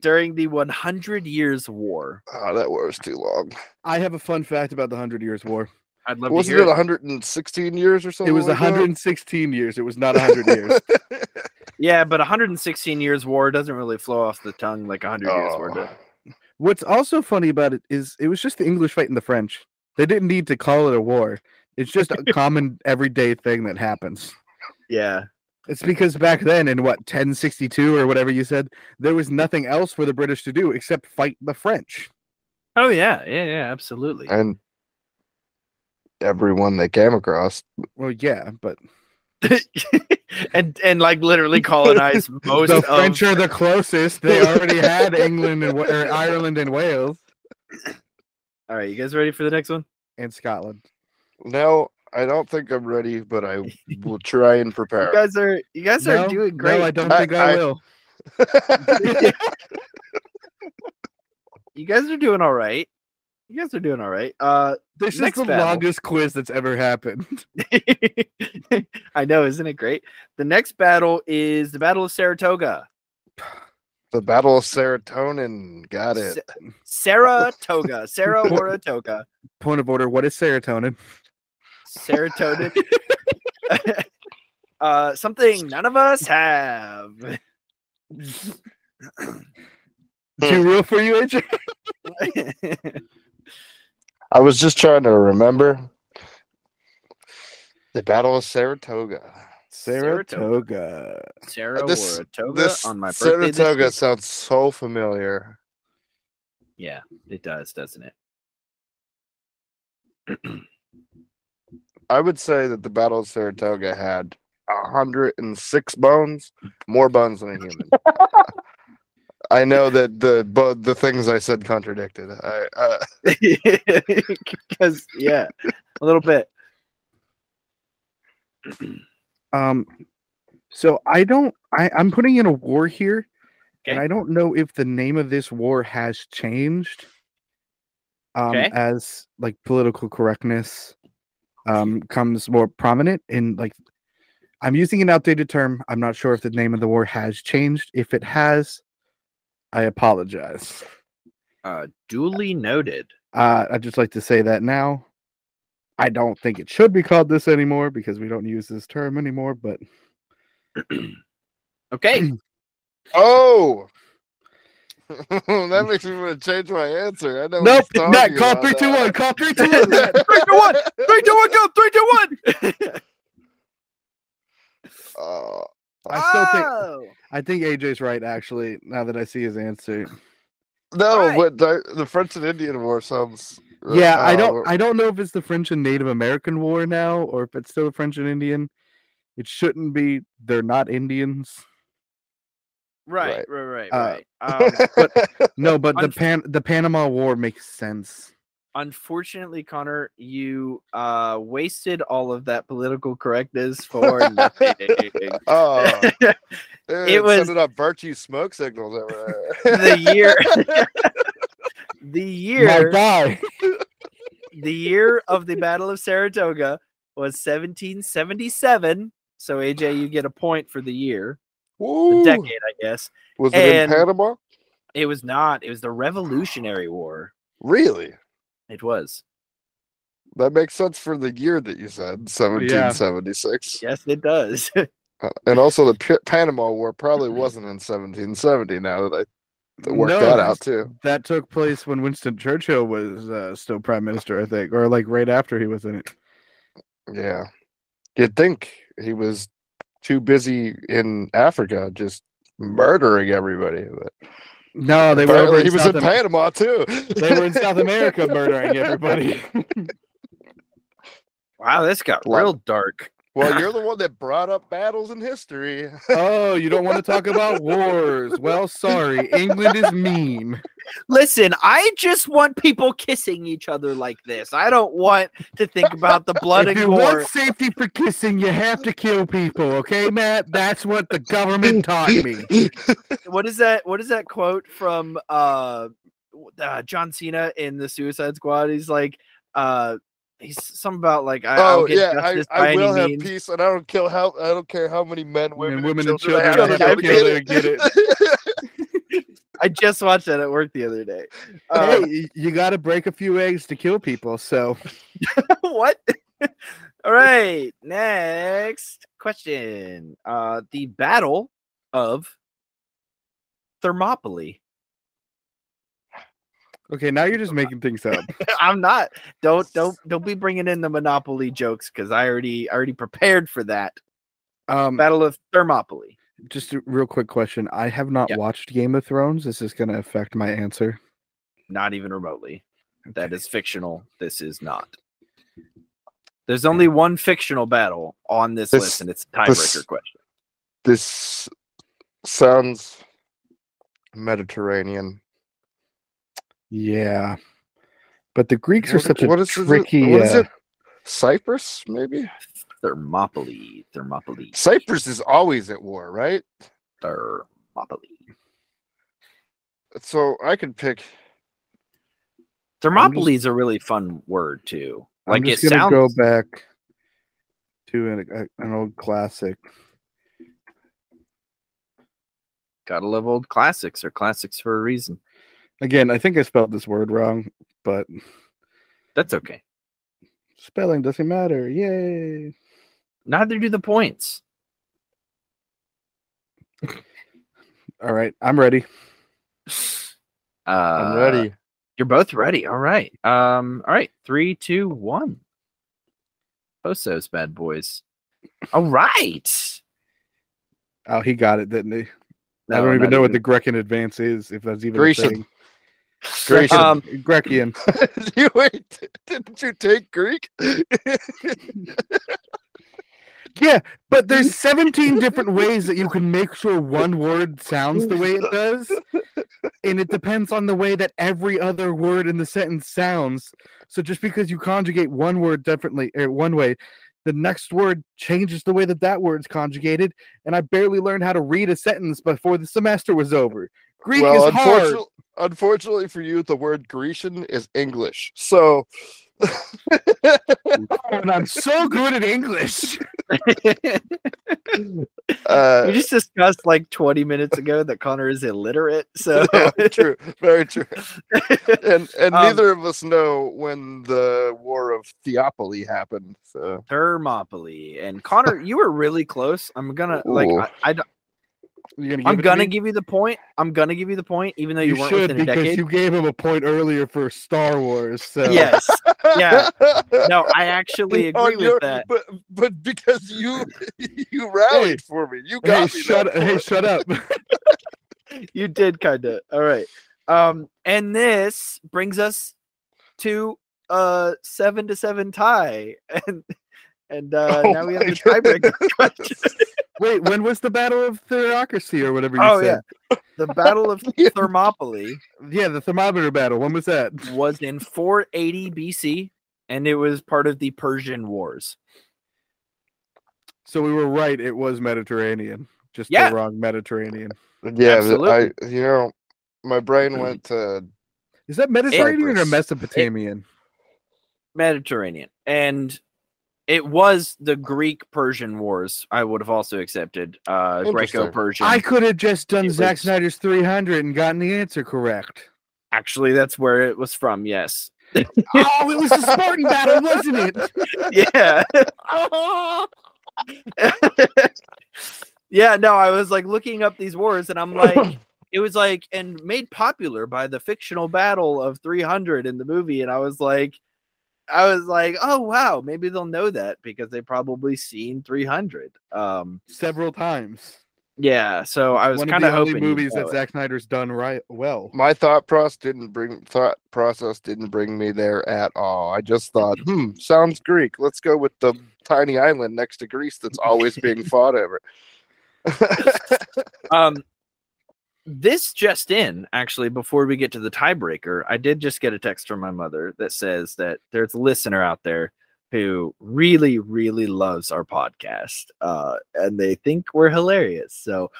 Speaker 2: during the 100 years war.
Speaker 3: oh, that war was too long.
Speaker 1: I have a fun fact about the Hundred Years' *laughs* War.
Speaker 2: I'd love
Speaker 3: Wasn't
Speaker 2: to
Speaker 3: it
Speaker 2: hear. It
Speaker 3: 116 years or something?
Speaker 1: It was
Speaker 3: like that?
Speaker 1: 116 years. It was not 100 years. *laughs*
Speaker 2: yeah, but 116 years war doesn't really flow off the tongue like 100 years war does.
Speaker 3: Oh.
Speaker 1: What's also funny about it is it was just the English fighting the French. They didn't need to call it a war. It's just *laughs* a common everyday thing that happens.
Speaker 2: Yeah.
Speaker 1: It's because back then in what 1062 or whatever you said, there was nothing else for the British to do except fight the French.
Speaker 2: Oh yeah. Yeah, yeah, absolutely.
Speaker 3: And everyone they came across.
Speaker 1: Well, yeah, but
Speaker 2: *laughs* and and like
Speaker 3: *laughs*
Speaker 2: literally colonize most
Speaker 1: the
Speaker 2: of
Speaker 1: French are the closest. They already had England and *laughs* Wa- or Ireland and Wales
Speaker 2: All right, you guys ready for the next one?
Speaker 1: and Scotland.
Speaker 3: No, I don't think I'm ready, but I will try and
Speaker 2: You
Speaker 3: prepare.
Speaker 2: guys are you guys are
Speaker 1: no,
Speaker 2: doing great.
Speaker 1: No, I don't
Speaker 3: I-
Speaker 1: think I,
Speaker 3: I-
Speaker 1: will.
Speaker 2: you guys are doing all right. You guys are doing all right. Uh, *laughs*
Speaker 1: This is
Speaker 2: Next
Speaker 1: the
Speaker 2: battle.
Speaker 1: longest quiz that's ever happened. *laughs*
Speaker 2: I know, isn't it great? The next battle is the Battle of Saratoga.
Speaker 3: The Battle of Serotonin. Got it.
Speaker 2: Sa-
Speaker 1: *laughs*
Speaker 2: Saratoga. Sarah Horatoga.
Speaker 1: Point of order: What is serotonin?
Speaker 2: Serotonin. *laughs* uh, something none of us have. *laughs*
Speaker 3: Hmm.
Speaker 1: Too real for you, AJ?
Speaker 3: I was just trying to remember. The Battle of Saratoga.
Speaker 1: Saratoga. Uh,
Speaker 2: Sarah
Speaker 3: This-
Speaker 2: Horatoga
Speaker 3: This
Speaker 2: on my birthday. this
Speaker 3: Saratoga
Speaker 2: week.
Speaker 3: sounds so familiar.
Speaker 2: Yeah, it does, doesn't it? *laughs*
Speaker 3: I would say that the Battle of Saratoga had 106 bones, more bones than a human. I know that the bo- the things I said contradicted. I, uh,
Speaker 2: Because yeah, a little bit.
Speaker 1: Um, so I don't. I I'm putting in a war here, and
Speaker 2: Okay.
Speaker 1: I don't know if the name of this war has changed. Um,
Speaker 2: Okay.
Speaker 1: as like political correctness, um, comes more prominent in like. I'm using an outdated term. I'm not sure if the name of the war has changed. If it has, I apologize.
Speaker 2: Uh, duly noted.
Speaker 1: Uh, I'd just like to say that now. I don't think it should be called this anymore because we don't use this term anymore, but *clears throat*
Speaker 2: Okay.
Speaker 1: *laughs*
Speaker 3: oh, that makes me want to change my answer. I know.
Speaker 1: nope,
Speaker 3: what he's
Speaker 1: Matt,
Speaker 3: talking
Speaker 1: call
Speaker 3: about
Speaker 1: three, two,
Speaker 3: now.
Speaker 1: one,
Speaker 3: *laughs*
Speaker 1: call three, two, one. Matt.
Speaker 2: Three, two, one! three, two, one, go! Three, two, one!
Speaker 3: Oh,
Speaker 1: *laughs* I still think
Speaker 3: Ah!
Speaker 2: Oh!
Speaker 1: I think AJ's right. Actually, now that I see his answer,
Speaker 3: no,
Speaker 2: Right.
Speaker 3: but the, the French and Indian War sounds.
Speaker 1: yeah, I
Speaker 3: uh,
Speaker 1: don't, I don't know if it's the French and Native American War now, or if it's still the French and Indian. It shouldn't be. They're not
Speaker 3: *laughs*
Speaker 1: Indians.
Speaker 2: Right, right, right,
Speaker 1: Uh,
Speaker 2: right. Um,
Speaker 1: *laughs*
Speaker 3: *laughs*
Speaker 1: No, but the
Speaker 2: Unf-
Speaker 1: Pan, the Panama War makes sense.
Speaker 2: unfortunately, Connor, you uh, wasted all of that political
Speaker 1: *laughs*
Speaker 2: correctness for nothing.
Speaker 3: oh, dude,
Speaker 2: *laughs* It was-
Speaker 3: sending up virtue smoke signals over there.
Speaker 2: *laughs* the year, the year,
Speaker 1: My guy.
Speaker 2: the year of the Battle of Saratoga was 1777. So AJ, you get a point for the year,
Speaker 3: *laughs*
Speaker 2: the
Speaker 3: Woo.
Speaker 2: decade, I guess.
Speaker 3: Was it in
Speaker 2: And-
Speaker 3: Panama?
Speaker 2: It was not. It was the Revolutionary War.
Speaker 3: Really?
Speaker 2: It was.
Speaker 3: That makes sense for the year that you said, 1776.
Speaker 2: Yes, it
Speaker 3: *laughs*
Speaker 2: does.
Speaker 3: Uh, And also the P- Panama War probably wasn't in 1770 now that I th- worked
Speaker 1: No,
Speaker 3: that out too.
Speaker 1: That took place when Winston Churchill was uh, still prime minister, I think, or like right after he was in it.
Speaker 3: Yeah. You'd think he was too busy in Africa just murdering everybody. But
Speaker 1: No, they were. over
Speaker 3: apparently
Speaker 1: in
Speaker 3: he was
Speaker 1: South
Speaker 3: in
Speaker 1: Am-
Speaker 3: Panama too.
Speaker 1: They were in
Speaker 3: *laughs*
Speaker 1: South America murdering everybody.
Speaker 2: wow, this got
Speaker 3: Love
Speaker 2: real dark.
Speaker 3: well, you're the one that brought up battles in history.
Speaker 1: oh, you don't want to talk about wars? Well, sorry, England is mean.
Speaker 2: Listen, I just want people kissing each other like this. I don't want to think
Speaker 3: *laughs*
Speaker 2: about the blood
Speaker 1: if
Speaker 2: and
Speaker 1: you
Speaker 2: gore.
Speaker 1: want safety for kissing, you have to kill people, okay, Matt? That's what the government taught me.
Speaker 2: What is that? What is that quote from uh, w- uh John Cena in the Suicide Squad? He's like, uh, he's something about like, I,
Speaker 3: oh
Speaker 2: I'll get
Speaker 3: yeah, I,
Speaker 2: justice by
Speaker 3: I will
Speaker 2: any
Speaker 3: have
Speaker 2: means.
Speaker 3: peace, and I don't kill how I don't care how many men, women,
Speaker 1: women and
Speaker 3: and children, I
Speaker 1: children
Speaker 3: have
Speaker 2: have
Speaker 3: to
Speaker 2: to
Speaker 3: kill
Speaker 1: kill to
Speaker 3: to
Speaker 1: get
Speaker 2: I just watched that at work the
Speaker 3: *laughs*
Speaker 2: other day. Uh,
Speaker 1: hey, y- you got to break a few eggs to kill people. So,
Speaker 2: *laughs* what? All right, next question. Uh, the Battle of Thermopylae. *laughs*
Speaker 1: okay, now you're just making things up.
Speaker 2: I'm not. Don't don't don't be bringing in the Monopoly jokes because I already I already prepared for that.
Speaker 1: Um,
Speaker 2: Battle of Thermopylae.
Speaker 1: just a real quick question: I have not
Speaker 2: Yeah.
Speaker 1: watched Game of Thrones. This is going to affect my answer.
Speaker 2: Not even remotely. That is fictional. This is not. There's only one fictional battle on this,
Speaker 3: This-
Speaker 2: list, and it's a
Speaker 3: this-
Speaker 2: tiebreaker question.
Speaker 3: *laughs* This sounds Mediterranean.
Speaker 1: Yeah, but the Greeks are
Speaker 3: What-
Speaker 1: such a
Speaker 3: what is it-
Speaker 1: tricky.
Speaker 3: what is
Speaker 1: uh,
Speaker 3: it? Cyprus, maybe.
Speaker 2: Thermopylae. Thermopylae.
Speaker 3: Cyprus is always at war, right?
Speaker 2: Thermopylae.
Speaker 3: So I could pick
Speaker 4: Thermopylae is a really fun word too. Like
Speaker 1: I'm
Speaker 4: it
Speaker 1: just gonna
Speaker 4: sounds.
Speaker 1: go back to an, a- an old classic.
Speaker 4: Gotta love old classics or classics for a reason.
Speaker 1: Again, I think I spelled this word wrong, but
Speaker 4: That's
Speaker 1: Mm-hmm.
Speaker 4: okay.
Speaker 1: spelling doesn't matter. Yay!
Speaker 4: Neither do the points.
Speaker 1: All right, I'm ready.
Speaker 4: Uh,
Speaker 3: I'm ready.
Speaker 4: You're both ready. All right. Um. All right. Three, two, one. Post those bad boys. All right.
Speaker 1: Oh, he got it, didn't he? I
Speaker 4: No,
Speaker 1: don't even
Speaker 4: not
Speaker 1: know what the Grecian advance is, if that's even
Speaker 3: Grecian.
Speaker 1: a thing.
Speaker 3: Grecian.
Speaker 4: Um,
Speaker 1: Grecian.
Speaker 3: *laughs* you wait, didn't you take Greek?
Speaker 1: Yeah, but
Speaker 2: *laughs*
Speaker 1: there's 17 different ways that you can make sure one word sounds the way it does. And it depends on the way that every other word in the sentence sounds. So just because you conjugate one word differently or one way, the next word changes the way that that word's conjugated. And I barely learned how to read a sentence before the semester was over. Greek is hard.
Speaker 3: unfortunately, unfortunately for you, the word Grecian is English. So
Speaker 1: And I'm so good at
Speaker 2: *laughs*
Speaker 1: English.
Speaker 4: *laughs*
Speaker 1: *laughs*
Speaker 3: uh, *laughs*
Speaker 2: we just discussed like 20 minutes ago that Connor is illiterate.
Speaker 1: *laughs*
Speaker 2: So
Speaker 3: yeah, true, very true. And and
Speaker 2: Um,
Speaker 3: neither of us know when the War of Theopoly happened. So
Speaker 2: Thermopylae and Connor, you were really close. I'm gonna like
Speaker 3: Ooh.
Speaker 2: I, I d-
Speaker 1: You're gonna
Speaker 2: I'm
Speaker 1: give it to
Speaker 2: gonna
Speaker 1: me?
Speaker 2: give you the point. I'm gonna give you the point, even though you,
Speaker 1: you
Speaker 2: weren't
Speaker 1: should
Speaker 2: within a
Speaker 1: because
Speaker 2: decade.
Speaker 1: you gave him a point earlier for Star Wars. So
Speaker 2: Yes. *laughs*
Speaker 3: *laughs*
Speaker 2: Yeah. No, I actually
Speaker 3: On
Speaker 2: agree
Speaker 3: your-
Speaker 2: with that.
Speaker 3: But but because you *laughs* you rallied for me, you
Speaker 1: hey,
Speaker 3: got me.
Speaker 1: shut
Speaker 3: that
Speaker 1: hey,
Speaker 3: point.
Speaker 1: shut up.
Speaker 2: *laughs*
Speaker 1: *laughs*
Speaker 2: You did kind of. All right. Um, and this brings us to a seven to seven tie, *laughs* and and uh,
Speaker 3: Oh
Speaker 2: now we have
Speaker 3: my
Speaker 2: *laughs* the tiebreaker
Speaker 3: *laughs*
Speaker 2: question.
Speaker 1: Wait, when was the Battle of Theocracy or whatever you
Speaker 2: Oh,
Speaker 1: said?
Speaker 2: The Battle *laughs* of
Speaker 3: Yeah.
Speaker 2: Thermopylae
Speaker 1: Yeah. the thermometer battle. When was that?
Speaker 2: was in 480 BC, and it was part of the Persian Wars.
Speaker 1: So we were right. It was Mediterranean. Just
Speaker 2: Yeah.
Speaker 1: the wrong Mediterranean.
Speaker 3: Yeah, th-
Speaker 4: Absolutely.
Speaker 3: I you know my brain
Speaker 2: Mm-hmm.
Speaker 3: went to
Speaker 1: Is that Mediterranean or
Speaker 3: Cyprus.
Speaker 1: Mesopotamian?
Speaker 2: Mediterranean. And it was the Greek Persian Wars, I would have also accepted. Uh
Speaker 3: Interesting.
Speaker 2: Greco Persian.
Speaker 1: I could have just done
Speaker 2: It
Speaker 1: Zack
Speaker 2: was-
Speaker 1: Snyder's 300 and gotten the answer correct.
Speaker 2: Actually, that's where it was from, yes.
Speaker 1: *laughs*
Speaker 2: *laughs*
Speaker 1: oh, it was the Spartan battle, wasn't *laughs* it?
Speaker 2: Yeah.
Speaker 1: Oh.
Speaker 2: yeah, no, I was like looking up these wars and
Speaker 1: *laughs*
Speaker 2: I'm like it was like and made popular by the fictional battle of 300 in the movie and I was like I was like, "Oh wow, maybe they'll know that because they probably seen 300." Um
Speaker 1: Several times.
Speaker 2: yeah, so I was
Speaker 1: One
Speaker 2: kind of
Speaker 1: the only
Speaker 2: hoping you'd
Speaker 1: movies
Speaker 2: know
Speaker 1: that
Speaker 2: it.
Speaker 1: Zack Snyder's done right well.
Speaker 3: my thought process didn't bring thought process didn't bring me there at all. I just thought,
Speaker 2: Mm-hmm.
Speaker 3: hmm, sounds Greek. Let's go with the tiny island next to Greece that's always
Speaker 2: *laughs*
Speaker 3: being fought over.
Speaker 2: Um, this just in, actually, before we get to the tiebreaker, I did just get a text from my mother that says that there's a listener out there who really, really loves our podcast, uh, and they think we're hilarious. So,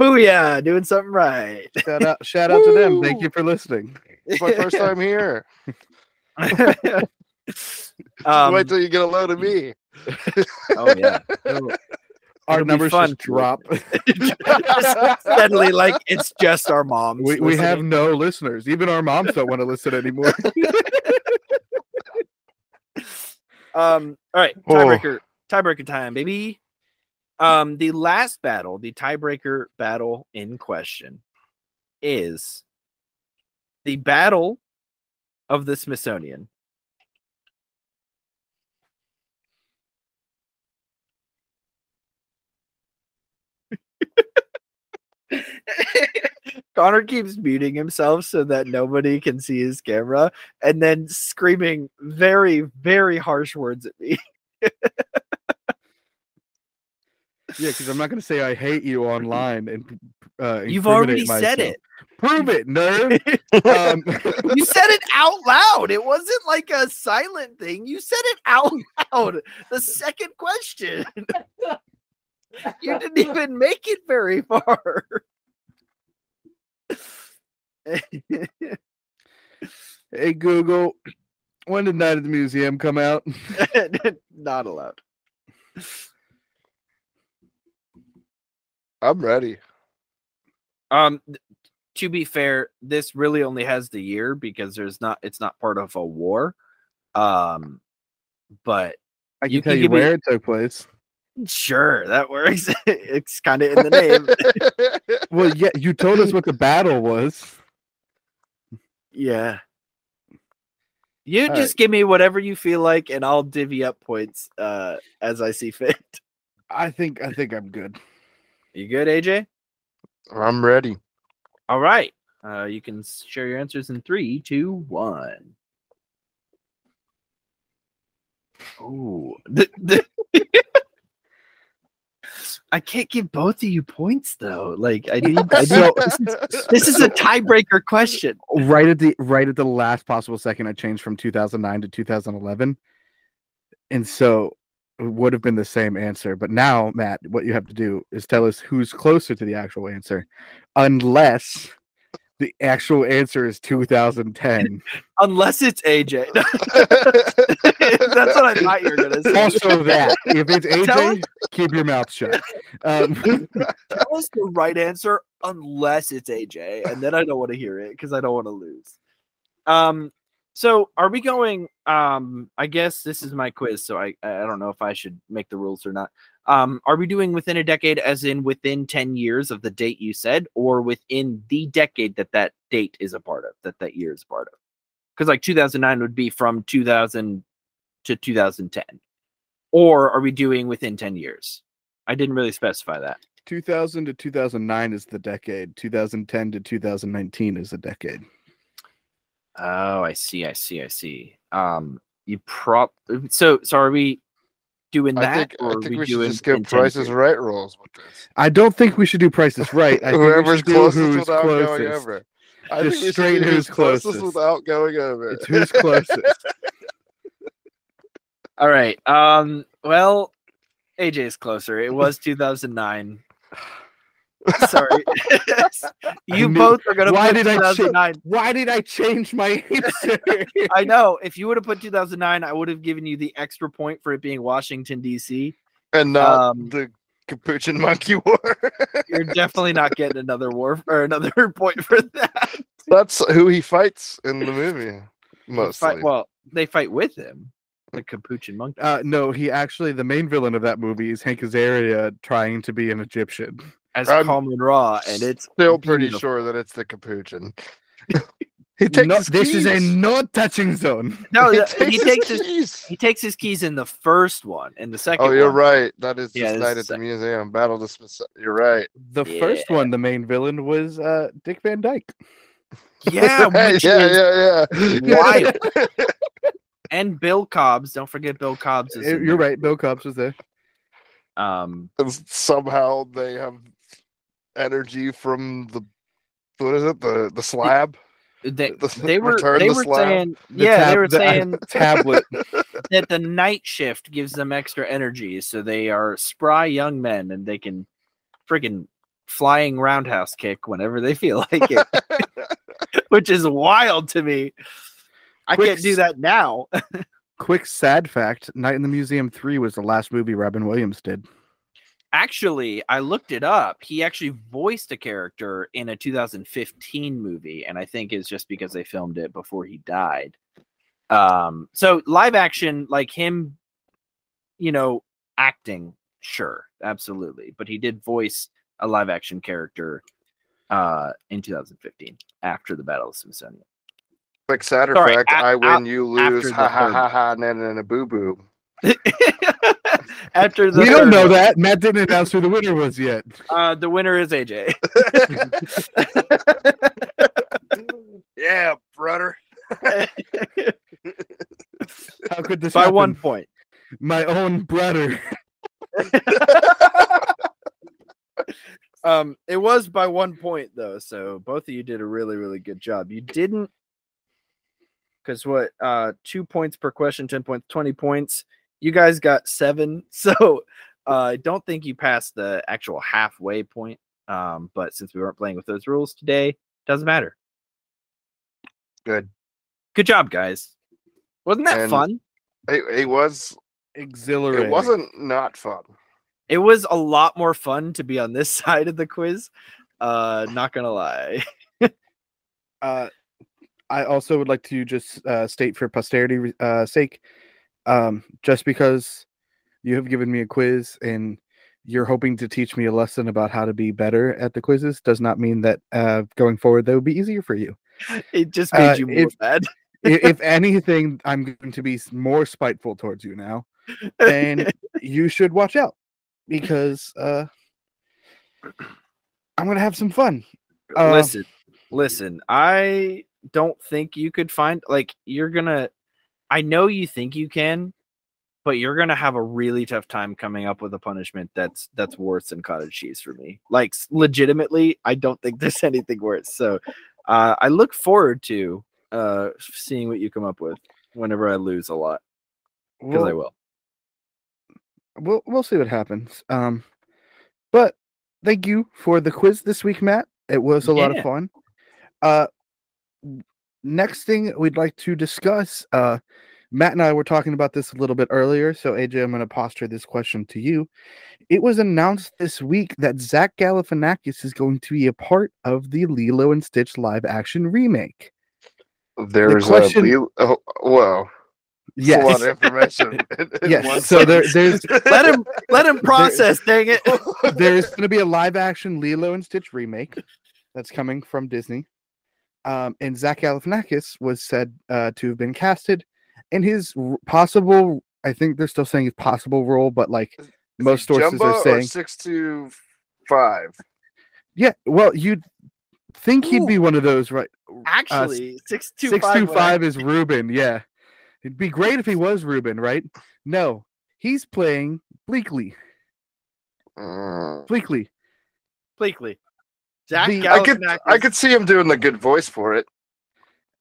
Speaker 2: booyah, doing something right. *laughs*
Speaker 1: Shout out, shout out to them. Thank
Speaker 3: Woo!
Speaker 1: you for listening.
Speaker 3: It's my first time here.
Speaker 2: um, Mm-hmm.
Speaker 3: Wait till you get a load of me.
Speaker 2: oh
Speaker 3: *laughs*
Speaker 2: yeah, It'll-
Speaker 1: Our
Speaker 2: It'll be
Speaker 1: numbers
Speaker 2: fun
Speaker 1: just
Speaker 2: to-
Speaker 1: drop.
Speaker 2: *laughs* suddenly like it's just our moms.
Speaker 1: we, we have
Speaker 2: listening.
Speaker 1: no listeners. Even our moms don't want to listen anymore.
Speaker 2: Um, all right,
Speaker 3: Oh.
Speaker 2: tiebreaker, tiebreaker time, baby. Um, the last battle, the tiebreaker battle in question, is the battle of the Smithsonian. *laughs* Connor keeps muting himself so that nobody can see his camera and then screaming very, very harsh words at me.
Speaker 1: *laughs*
Speaker 2: *laughs*
Speaker 1: yeah, because I'm not going to say I hate you online and. Uh,
Speaker 2: You've already
Speaker 1: incriminate
Speaker 2: said
Speaker 1: myself.
Speaker 2: it.
Speaker 1: Prove it,
Speaker 2: *laughs*
Speaker 1: nerd. um,
Speaker 2: You said it out loud. It wasn't like a silent thing. You said it out *laughs* loud. The second question. *laughs*
Speaker 1: *laughs*
Speaker 2: you didn't even make it very far.
Speaker 1: Hey Google, when did Night at the Museum come out?
Speaker 5: Not allowed.
Speaker 3: I'm ready.
Speaker 2: Um, th- to be fair, this really only has the year because there's not it's not part of a war. Um, but
Speaker 1: I can
Speaker 2: You
Speaker 1: tell
Speaker 2: can
Speaker 1: you
Speaker 2: give me-
Speaker 1: where it took place.
Speaker 2: sure, that works. *laughs* it's kind of in
Speaker 1: *laughs*
Speaker 2: the name.
Speaker 1: Well, yeah, you told us what the battle was.
Speaker 2: yeah. You
Speaker 1: All
Speaker 2: just give me whatever you feel like, and I'll divvy up points uh, as I see *laughs* fit.
Speaker 1: I think I think I'm good.
Speaker 2: You good, AJ?
Speaker 3: I'm ready.
Speaker 2: All right. Uh, you can s- share your answers in three, two, one. *laughs* Oh,
Speaker 5: I can't give both of you points though. Like I need. I need
Speaker 1: So
Speaker 3: *laughs*
Speaker 2: *laughs* this is a tiebreaker question.
Speaker 1: right at the right at the last possible second, I changed from 2009 to 2011, and so it would have been the same answer. But now, Matt, what you have to do is tell us who's closer to the actual answer, unless the actual answer is
Speaker 3: *laughs*
Speaker 1: 2010.
Speaker 2: Unless it's AJ. *laughs* That's what I thought you were gonna say.
Speaker 1: also, that if it's
Speaker 2: Tell
Speaker 1: AJ, keep your mouth shut. Um, *laughs*
Speaker 2: Tell us the right answer unless it's AJ, and then I don't want to hear it because I don't want to lose. Um, so are we going? Um, I guess this is my quiz, so I I don't know if I should make the rules or not. Um, are we doing within a decade, as in within ten years of the date you said, or within the decade that that date is a part of, that that year is a part of? Because like 2009 would be from 2000 to 2010, or are we doing within 10 years? I didn't really specify that.
Speaker 1: 2000 to 2009 is the decade. 2010 to 2019 is the decade.
Speaker 2: Oh, I see. I see. I see. Um, you prop. So, so are we doing that?
Speaker 3: I think, I
Speaker 2: or are
Speaker 3: think we should
Speaker 2: doing
Speaker 3: just give
Speaker 2: intent
Speaker 3: prices
Speaker 2: here?
Speaker 3: right rules with this.
Speaker 1: I don't think we should do prices right. I think we
Speaker 3: Whoever's
Speaker 1: should do
Speaker 3: closest
Speaker 1: who's
Speaker 3: without going
Speaker 1: closest.
Speaker 3: over. I
Speaker 1: Just
Speaker 3: think we should
Speaker 1: straight
Speaker 3: do
Speaker 1: who's closest.
Speaker 3: without going over.
Speaker 1: It's who's closest.
Speaker 2: All right. Um. Well, AJ is closer. It was 2009. *sighs* Sorry. *laughs* you
Speaker 1: knew-
Speaker 2: both are gonna
Speaker 1: Why
Speaker 2: put
Speaker 1: did I check?
Speaker 2: 2009.
Speaker 1: *laughs* Why did I change my answer?
Speaker 3: *laughs*
Speaker 2: I know. If you would have put 2009, I would have given you the extra point for it being Washington D.C.
Speaker 3: *laughs* and not
Speaker 2: Um,
Speaker 3: the capuchin monkey war. *laughs*
Speaker 2: You're definitely not getting another war or another *laughs* point for that.
Speaker 3: That's who he fights in the movie
Speaker 2: They
Speaker 3: mostly.
Speaker 2: Fight, well, they fight with him, the capuchin monkey.
Speaker 1: *laughs* uh, no, he actually the main villain of that movie is Hank Azaria trying to be an Egyptian.
Speaker 2: as
Speaker 3: I'm
Speaker 2: Common Raw, and it's
Speaker 3: Still pretty
Speaker 2: beautiful.
Speaker 3: sure that it's the
Speaker 2: *laughs*
Speaker 3: capuchin. he takes
Speaker 1: No-
Speaker 3: his
Speaker 1: this is a
Speaker 3: keys.
Speaker 1: no touching zone.
Speaker 2: no.
Speaker 3: he
Speaker 2: the-
Speaker 3: *laughs* takes,
Speaker 2: Oh, he takes his
Speaker 3: keys.
Speaker 2: he takes his keys in the first one, and the second.
Speaker 3: Oh, you're
Speaker 2: one-
Speaker 3: right. That is
Speaker 2: Yeah,
Speaker 3: just
Speaker 2: this
Speaker 3: night at
Speaker 2: is
Speaker 3: the
Speaker 2: sec-
Speaker 3: museum. Battle to Smithsonian. You're right. *laughs*
Speaker 1: The first one, the main villain was uh, Dick Van Dyke.
Speaker 2: Yeah,
Speaker 3: *laughs* yeah,
Speaker 2: which
Speaker 3: yeah,
Speaker 2: is
Speaker 3: yeah, yeah.
Speaker 2: wild. and Bill Cobbs. Don't forget Bill Cobbs. Is
Speaker 1: Eh,
Speaker 2: in
Speaker 1: You're
Speaker 2: there.
Speaker 1: right. Bill Cobbs was there.
Speaker 2: Um,
Speaker 3: And somehow they have energy from the what is it? The the slab.
Speaker 2: they,
Speaker 3: The-
Speaker 2: they were
Speaker 3: *laughs* Return
Speaker 2: they
Speaker 3: the
Speaker 2: were
Speaker 3: Slab.
Speaker 2: saying
Speaker 1: The
Speaker 2: yeah they
Speaker 1: tab-
Speaker 2: were
Speaker 1: the-
Speaker 2: saying
Speaker 1: *laughs* *laughs* tablet.
Speaker 2: that the night shift gives them extra energy, so they are spry young men, and they can friggin' flying roundhouse kick whenever they feel like it, *laughs* which is wild to me. I
Speaker 1: Quick
Speaker 2: can't do
Speaker 1: s-
Speaker 2: that now.
Speaker 1: Quick sad fact: Night in the Museum Three was the last movie Robin Williams did.
Speaker 2: actually i looked it up he actually voiced a character in a 2015 movie and i think it's just because they filmed it before he died um so live action like him you know acting sure absolutely but he did voice a live action character uh in 2015 after the battle of smithsonian *laughs*
Speaker 3: Quick sad
Speaker 2: Sorry,
Speaker 3: fact:
Speaker 2: a-
Speaker 3: I
Speaker 2: a-
Speaker 3: win, you lose.
Speaker 2: after
Speaker 3: Ha
Speaker 2: the
Speaker 3: ha
Speaker 2: third
Speaker 3: ha ha! Na na na boo
Speaker 1: *laughs*
Speaker 3: boo. *laughs*
Speaker 2: after the
Speaker 1: we don't
Speaker 2: third
Speaker 1: know
Speaker 2: one.
Speaker 1: that. Matt didn't announce who the winner was yet.
Speaker 2: uh the winner is aj
Speaker 3: Yeah, brother.
Speaker 1: How could this
Speaker 2: *laughs* by
Speaker 1: happen?
Speaker 2: one point
Speaker 1: My own brother.
Speaker 2: Um, it was by one point though, so both of you did a really, really good job. You didn't because what uh two points per question, ten points, twenty points. You guys got seven, *laughs* so uh, I don't think you passed the actual halfway point. Um, but since we weren't playing with those rules today, doesn't matter.
Speaker 3: Good.
Speaker 2: Good job, guys. Wasn't that
Speaker 3: And-
Speaker 2: fun?
Speaker 3: It, it was
Speaker 1: Exhilarating.
Speaker 3: it wasn't not fun.
Speaker 2: It was a lot more fun to be on this *laughs* side of the quiz. Uh, not gonna lie.
Speaker 1: Uh, I also would like to just uh, state for posterity re- uh, sake, um, just because you have given me a quiz and you're hoping to teach me a lesson about how to be better at the quizzes does not mean that uh, going forward that would be easier for you.
Speaker 2: It just made
Speaker 1: Uh,
Speaker 2: you more
Speaker 1: if-
Speaker 2: mad. *laughs*
Speaker 1: I- if anything, I'm going to be s- more spiteful towards you now, and you should watch out because uh, I'm going to have some fun. Uh,
Speaker 2: listen, listen. I don't think you could find like you're gonna. I know you think you can, but you're gonna have a really tough time coming up with a punishment that's that's worse than cottage cheese for me. Like s- legitimately, I don't think *laughs* there's anything worse. So uh, I look forward to uh, seeing what you come up with whenever I lose a lot because I
Speaker 1: Uh, we'll-
Speaker 2: will.
Speaker 1: we'll we'll see what happens. Um, but thank you for the quiz this week, Matt. It was a lot of
Speaker 2: Yeah.
Speaker 1: fun. Uh, w- next thing we'd like to discuss. Uh, Matt and I were talking about this a little bit earlier, so AJ, I'm going to posture this question to you. It was announced this week that Zach Galifianakis is going to be a part of the Lilo and Stitch live action remake.
Speaker 3: There's
Speaker 1: question-
Speaker 3: a Lil- oh, whoa. That's a lot
Speaker 1: Yes, *laughs*
Speaker 3: of information. in- in one
Speaker 1: yes. So there, there's
Speaker 2: *laughs*
Speaker 3: *laughs*
Speaker 2: Let him let him process.
Speaker 1: *laughs*
Speaker 2: dang it.
Speaker 1: Uh, there's going to be a live action Lilo and Stitch remake that's coming from Disney. Um, and Zach Galifianakis was said uh, to have been casted, and his r- possible, I think they're still saying his possible role, but like
Speaker 3: Is
Speaker 1: most
Speaker 3: it
Speaker 1: sources
Speaker 3: Jumbo
Speaker 1: are
Speaker 3: or
Speaker 1: saying,
Speaker 3: six to five.
Speaker 1: yeah, well, you'd think he'd be one of those, right?
Speaker 2: Actually, six two
Speaker 1: Six
Speaker 2: five
Speaker 1: two
Speaker 2: would act-
Speaker 1: five is Ruben, yeah. It'd be great if he was Ruben, right? No, he's playing Bleakley.
Speaker 3: Mm.
Speaker 1: Bleakley.
Speaker 2: Bleakley. Zach
Speaker 1: The-
Speaker 3: I could I
Speaker 2: Galifianakis.
Speaker 3: could see him doing the good voice for it.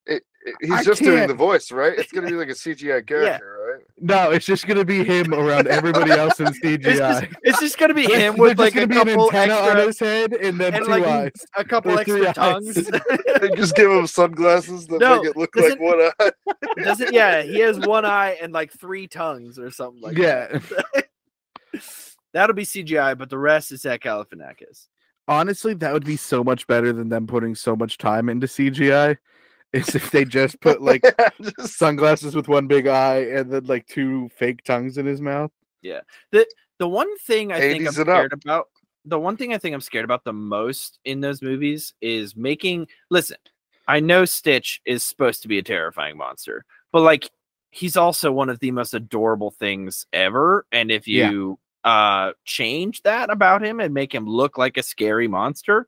Speaker 3: It, it- he's
Speaker 1: I
Speaker 3: just doing the
Speaker 1: can't.
Speaker 3: voice, right? It's
Speaker 1: *laughs*
Speaker 3: gonna be like a CGI character,
Speaker 1: No, it's just gonna be him around everybody else
Speaker 3: *laughs*
Speaker 1: in CGI.
Speaker 2: It's just, it's just gonna *laughs* be him
Speaker 1: There's
Speaker 2: with
Speaker 1: just
Speaker 2: like
Speaker 1: gonna
Speaker 2: a
Speaker 1: be an
Speaker 2: couple
Speaker 1: antenna on
Speaker 2: extra,
Speaker 1: his head and then
Speaker 2: and
Speaker 1: two
Speaker 2: like
Speaker 1: eyes.
Speaker 2: a couple
Speaker 1: or three
Speaker 2: extra
Speaker 1: eyes.
Speaker 2: tongues. *laughs*
Speaker 3: right? And just give him sunglasses that
Speaker 2: No,
Speaker 3: make it look like
Speaker 2: doesn't-
Speaker 3: one eye. *laughs*
Speaker 2: Doesn't yeah? He has one eye and like three tongues or something like that.
Speaker 1: yeah.
Speaker 2: That'll be CGI, but the rest is Zach Galifianakis.
Speaker 1: Honestly, that would be so much better than them putting so much time into CGI. Is if they just put
Speaker 2: *laughs*
Speaker 1: like
Speaker 3: just,
Speaker 1: sunglasses with one big eye and then like two fake tongues in his mouth.
Speaker 2: The one thing I think I'm
Speaker 3: 80s it up.
Speaker 2: scared about. The one thing I think I'm scared about the most in those movies is making. Listen, I know Stitch is supposed to be a terrifying monster, but like he's also one of the most adorable things ever. And if
Speaker 1: Yeah.
Speaker 2: you uh change that about him and make him look like a scary monster,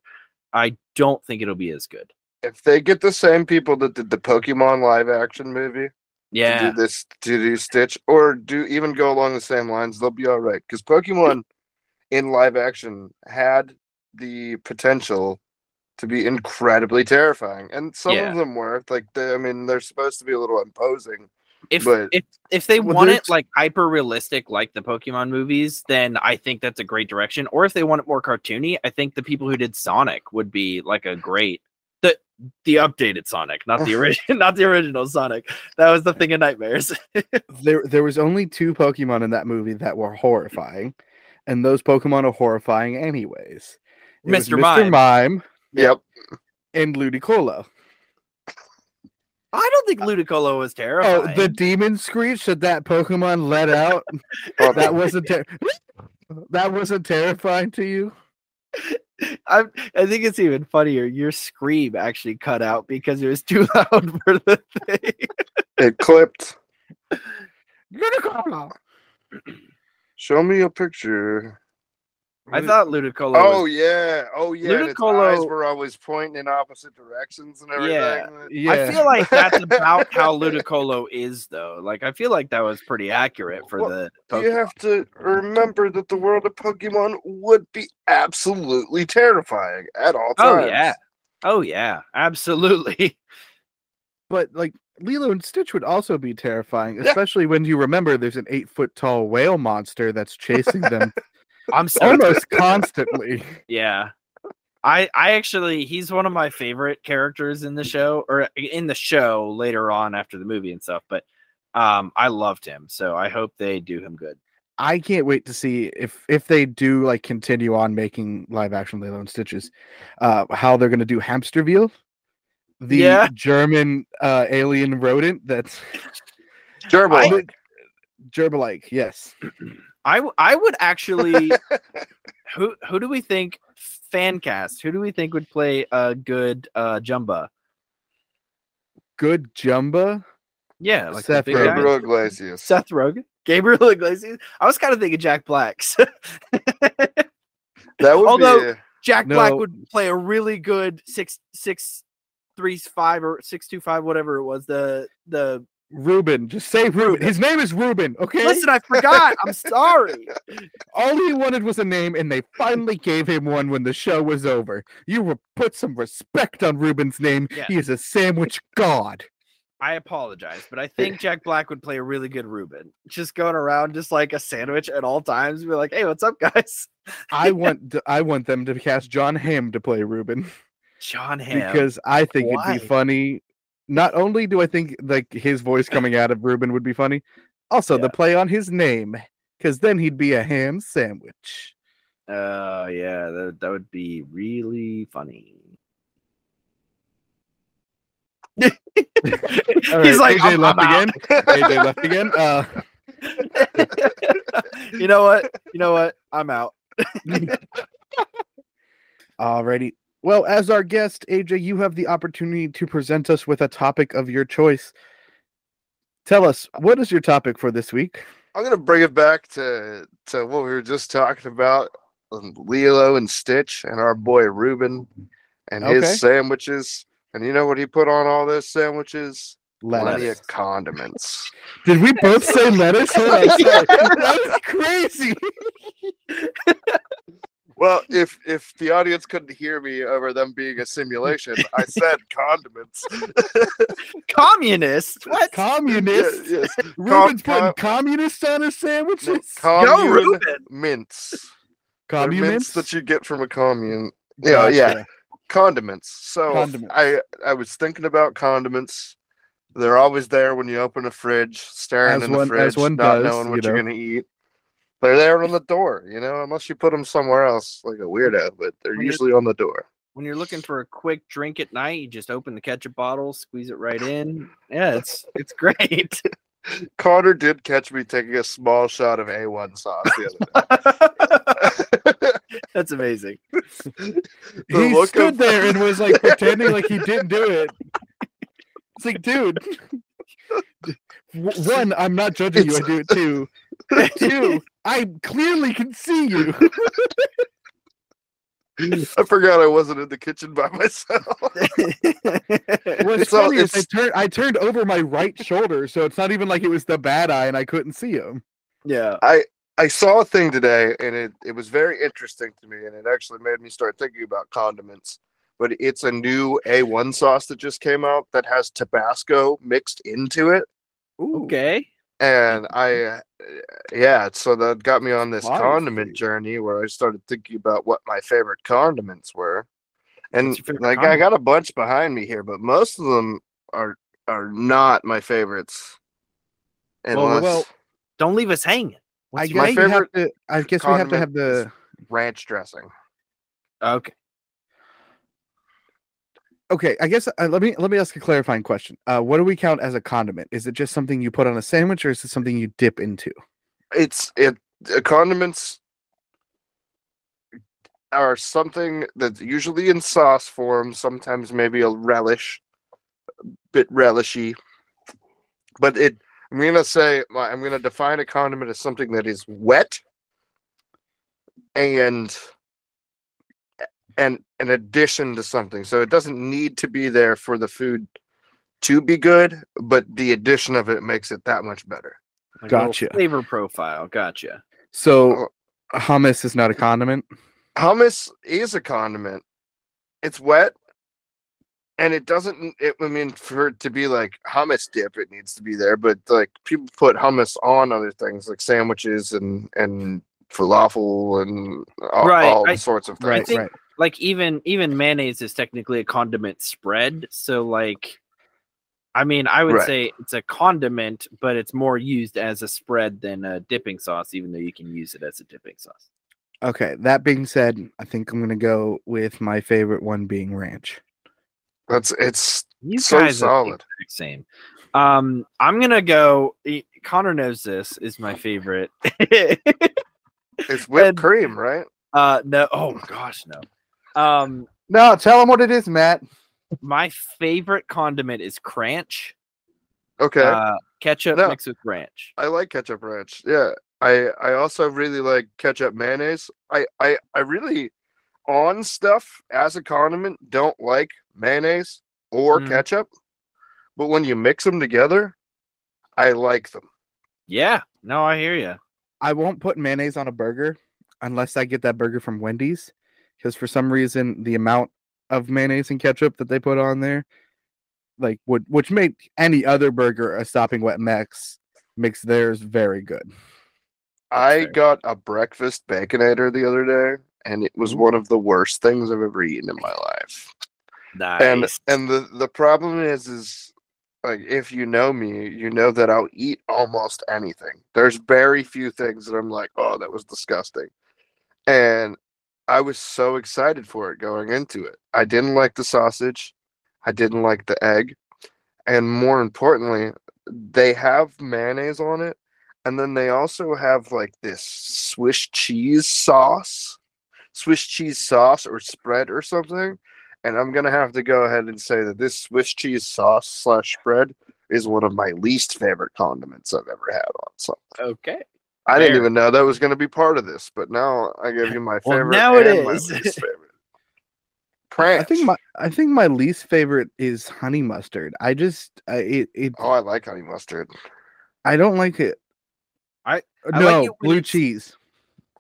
Speaker 2: I don't think it'll be as good.
Speaker 3: if they get the same people that did the Pokemon live action movie to
Speaker 2: Yeah.
Speaker 3: do this to do Stitch, or do even go along the same lines, they'll be all right. Because Pokemon in live action had the potential to be incredibly terrifying, and some
Speaker 2: Yeah.
Speaker 3: of them were. Like, they, I mean, they're supposed to be a little imposing.
Speaker 2: If
Speaker 3: but-
Speaker 2: if if they
Speaker 1: Well,
Speaker 2: want
Speaker 1: there's-
Speaker 2: it like hyper realistic like the Pokemon movies, then I think that's a great direction. Or if they want it more cartoony, I think the people who did Sonic would be like a great the the updated Sonic, not the *laughs* original not the original Sonic. That was the thing in Nightmares. *laughs*
Speaker 1: There there was only two Pokemon in that movie that were horrifying. And those Pokemon are horrifying anyways. It was
Speaker 2: Mr. Mime.
Speaker 1: Mr. Mime
Speaker 3: Yep.
Speaker 1: and Ludicolo.
Speaker 2: I don't think Ludicolo was
Speaker 1: Oh,
Speaker 2: terrifying.
Speaker 1: the demon screech that that Pokemon let out
Speaker 3: Oh,
Speaker 1: that wasn't ter- that wasn't terrifying to you.
Speaker 2: I, I think it's even funnier. Your scream actually cut out because it was too *laughs* loud for the thing.
Speaker 3: it clipped.
Speaker 1: Ludicolo.
Speaker 3: Show me a picture.
Speaker 2: I thought Ludicolo.
Speaker 3: Oh
Speaker 2: was,
Speaker 3: yeah, oh yeah. and its eyes
Speaker 2: Ludicolo-
Speaker 3: were always pointing in opposite directions and everything.
Speaker 2: Yeah.
Speaker 1: Yeah.
Speaker 2: I feel like
Speaker 1: *laughs*
Speaker 2: that's about how Ludicolo is, though. Like I feel like that was pretty accurate for
Speaker 3: Well,
Speaker 2: the.
Speaker 3: You
Speaker 2: Pokemon.
Speaker 3: have to remember that the world of Pokemon would be absolutely terrifying at all
Speaker 2: Oh,
Speaker 3: times.
Speaker 2: yeah. Oh yeah, absolutely. *laughs*
Speaker 1: but like Lilo and Stitch would also be terrifying,
Speaker 3: Yeah.
Speaker 1: especially when you remember there's an eight foot tall whale monster that's chasing them
Speaker 2: I'm so
Speaker 1: almost constantly.
Speaker 2: yeah. I I actually he's one of my favorite characters in the show or in the show later on after the movie and stuff, but um I loved him. So I hope they do him good.
Speaker 1: I can't wait to see if if they do like continue on making live action Lilo and Stitches, uh, how they're gonna do Hamsterville, the
Speaker 2: Yeah.
Speaker 1: German uh, alien rodent that's
Speaker 3: Gerbil.
Speaker 1: gerbil-like. Yes,
Speaker 2: I w- I would
Speaker 1: *laughs*
Speaker 2: actually who who do we think fan cast? Who do we think would play a good uh Jumba?
Speaker 1: good Jumba.
Speaker 2: Yeah, like the
Speaker 1: Seth
Speaker 2: big guy.
Speaker 1: Rogen.
Speaker 3: Gabriel Iglesias.
Speaker 2: Seth Rogen, Gabriel *laughs* Iglesias. I was kind of thinking Jack Black. *laughs* so-
Speaker 3: That would
Speaker 2: Although-
Speaker 3: be
Speaker 2: Jack Black
Speaker 1: No.
Speaker 2: would play a really good six six three five or six two five whatever it was the the
Speaker 1: Ruben, just say Ruben. His name is Ruben. Okay,
Speaker 2: listen I forgot *laughs* I'm sorry
Speaker 1: all he wanted was a name, and they finally gave him one when the show was over. You re- put some respect on Ruben's name.
Speaker 2: Yeah.
Speaker 1: He is a sandwich god.
Speaker 2: I apologize but I think Jack Black would play a really good Reuben just going around just like a sandwich at all times be like hey what's up guys *laughs*
Speaker 1: I want th- I want them to cast John Hamm to play Ruben
Speaker 2: John Hamm
Speaker 1: because I think
Speaker 2: Why?
Speaker 1: it'd be funny. Not only do I think like his voice coming out of Ruben would be funny, also
Speaker 2: Yeah.
Speaker 1: the play on his name because then he'd be a ham
Speaker 2: *laughs*
Speaker 1: sandwich.
Speaker 2: oh yeah that, that would be really *laughs* funny he's
Speaker 1: All right,
Speaker 2: like
Speaker 1: AJ
Speaker 2: "I'm-
Speaker 1: left
Speaker 2: I'm out."
Speaker 1: again. AJ left
Speaker 2: *laughs*
Speaker 1: again. Uh,
Speaker 2: you know what you know what I'm out
Speaker 1: Alrighty. Well, as our guest, AJ, you have the opportunity to present us with a topic of your choice. Tell us, what is your topic for this week?
Speaker 3: I'm gonna bring it back to to what we were just talking about, um, Lilo and Stitch, and our boy Ruben, and
Speaker 1: Okay.
Speaker 3: his sandwiches. And you know what he put on all those sandwiches? Plenty
Speaker 1: Lettuce.
Speaker 3: of condiments.
Speaker 1: Did we both
Speaker 3: *laughs*
Speaker 1: say lettuce? Hold *laughs* on, sorry. That was crazy.
Speaker 3: Well, if if the audience couldn't hear me over them being a simulation, I
Speaker 1: *laughs*
Speaker 3: said condiments.
Speaker 2: communist what
Speaker 1: Communist.
Speaker 3: Yeah, yes.
Speaker 1: *laughs* Ruben's putting
Speaker 3: com-
Speaker 1: communists on his
Speaker 3: No,
Speaker 1: sandwiches.
Speaker 2: go
Speaker 3: commune
Speaker 2: Reuben
Speaker 3: mints. They're mints
Speaker 1: Communists.
Speaker 3: that you get from a commune. Yeah, yeah.
Speaker 1: Gotcha.
Speaker 3: condiments. So
Speaker 1: Condiments.
Speaker 3: I I was thinking about condiments. They're always there when you open a fridge, staring
Speaker 1: As
Speaker 3: in
Speaker 1: one-
Speaker 3: the fridge,
Speaker 1: as one
Speaker 3: not
Speaker 1: does,
Speaker 3: knowing
Speaker 1: you
Speaker 3: what you are
Speaker 1: know.
Speaker 3: gonna eat. They're there on the door, you know, unless you put them somewhere else, like a weirdo. But they're
Speaker 2: When you're-
Speaker 3: usually on the door.
Speaker 2: when you're looking for a quick drink at night, you just open the ketchup bottle, squeeze it right in. Yeah, it's it's great. *laughs*
Speaker 3: Connor did catch me taking a small shot of A1 sauce the other
Speaker 2: That's amazing.
Speaker 3: day. The
Speaker 1: He
Speaker 3: look
Speaker 1: stood
Speaker 3: of-
Speaker 1: there and was
Speaker 3: *laughs*
Speaker 1: like pretending like he didn't do it. It's like, dude. w- One, I'm not judging you. I do it too. Two, I clearly can see you.
Speaker 3: I forgot I wasn't in the kitchen by myself.
Speaker 1: What's
Speaker 3: It's all-
Speaker 1: funny is I
Speaker 3: it's-
Speaker 1: turned I turned over my right shoulder, so it's not even like it was the bad eye and I couldn't see him.
Speaker 2: *laughs* yeah.
Speaker 3: I saw a thing today and it, it was very interesting to me and it actually made me start thinking about condiments. But it's a new A1 sauce that just came out that has Tabasco mixed into it.
Speaker 2: Okay.
Speaker 3: And I, uh, yeah, so that got me on this
Speaker 1: Fire
Speaker 3: condiment
Speaker 1: food.
Speaker 3: journey where I started thinking about what my favorite condiments were. And
Speaker 2: What's your favorite
Speaker 3: like I got a bunch behind me here, but most of them are are not my favorites.
Speaker 2: Well, well,
Speaker 3: Unless
Speaker 2: Don't leave us hanging.
Speaker 1: I
Speaker 2: What's
Speaker 1: guess we
Speaker 3: your- My
Speaker 1: have to I guess we have to
Speaker 3: condiment
Speaker 1: have the
Speaker 3: ranch dressing.
Speaker 2: Okay.
Speaker 1: okay i guess uh, let me let me ask a clarifying question uh what do we count as a condiment is it just something you put on a sandwich or is it something you dip into
Speaker 3: it's it uh, condiments are something that's usually in sauce form sometimes maybe a relish a bit relishy but it i'm gonna say my- i'm gonna define a condiment as something that is wet and and an addition to something so it doesn't need to be there for the food to be good but the addition of it makes it that much better
Speaker 2: Like a little
Speaker 1: Gotcha.
Speaker 2: Flavor profile. Gotcha.
Speaker 1: so hummus is not a condiment
Speaker 3: hummus is a condiment. It's wet, and it doesn't. It, I mean, for it to be like hummus dip, it needs to be there. But like people put hummus on other things, like sandwiches and and falafel and all,
Speaker 2: Right,
Speaker 3: all
Speaker 2: I-
Speaker 3: sorts of things.
Speaker 1: right
Speaker 2: think-
Speaker 1: right
Speaker 2: like even even mayonnaise is technically a condiment spread so like i mean i would
Speaker 3: Right.
Speaker 2: say it's a condiment but it's more used as a spread than a dipping sauce even though you can use it as a dipping sauce
Speaker 1: Okay, that being said, I think I'm gonna go with my favorite one being ranch.
Speaker 3: That's it's
Speaker 2: you
Speaker 3: So
Speaker 2: guys are the *laughs*
Speaker 3: solid.
Speaker 2: exact same um i'm gonna go e- connor knows this is my favorite *laughs*
Speaker 3: it's whipped
Speaker 2: And-
Speaker 3: cream, right?
Speaker 2: uh no oh my gosh no um
Speaker 1: No, tell them what it is, Matt.
Speaker 2: my favorite condiment is cranch
Speaker 3: Okay.
Speaker 2: uh, ketchup
Speaker 3: No.
Speaker 2: mixed with ranch
Speaker 3: I like ketchup ranch. Yeah. I I also really like ketchup mayonnaise. I I I really on stuff as a condiment don't like mayonnaise or
Speaker 2: Mm.
Speaker 3: ketchup. But when you mix them together, I like them.
Speaker 2: yeah no i hear you
Speaker 1: I won't put mayonnaise on a burger unless I get that burger from Wendy's because for some reason the amount of mayonnaise and ketchup that they put on there, like would which made any other burger a stopping wet mix makes theirs very good.
Speaker 3: I
Speaker 2: fair.
Speaker 3: got a breakfast baconator the other day, and it was
Speaker 1: Ooh.
Speaker 3: one of the worst things I've ever eaten in my life.
Speaker 2: Nice.
Speaker 3: and and the the problem is is like if you know me you know that i'll eat almost anything there's very few things that i'm like oh that was disgusting and i was so excited for it going into it i didn't like the sausage i didn't like the egg and more importantly they have mayonnaise on it and then they also have like this swiss cheese sauce swiss cheese sauce or spread or something and I'm gonna have to go ahead and say that this Swiss cheese sauce slash spread is one of my least favorite condiments I've ever had on something.
Speaker 2: okay.
Speaker 3: I didn't
Speaker 2: Fair.
Speaker 3: even know that was gonna be part of this, but now I give you my
Speaker 2: *laughs* Well,
Speaker 3: favorite
Speaker 2: now it
Speaker 3: and my
Speaker 2: is. *laughs*
Speaker 3: least favorite.
Speaker 1: I
Speaker 3: Pranch.
Speaker 1: think my I think my least favorite is honey mustard. I just I it, it
Speaker 3: oh, I like honey mustard.
Speaker 1: I don't like it.
Speaker 2: I- I like
Speaker 1: no
Speaker 2: it when
Speaker 1: blue
Speaker 2: it's-
Speaker 1: cheese.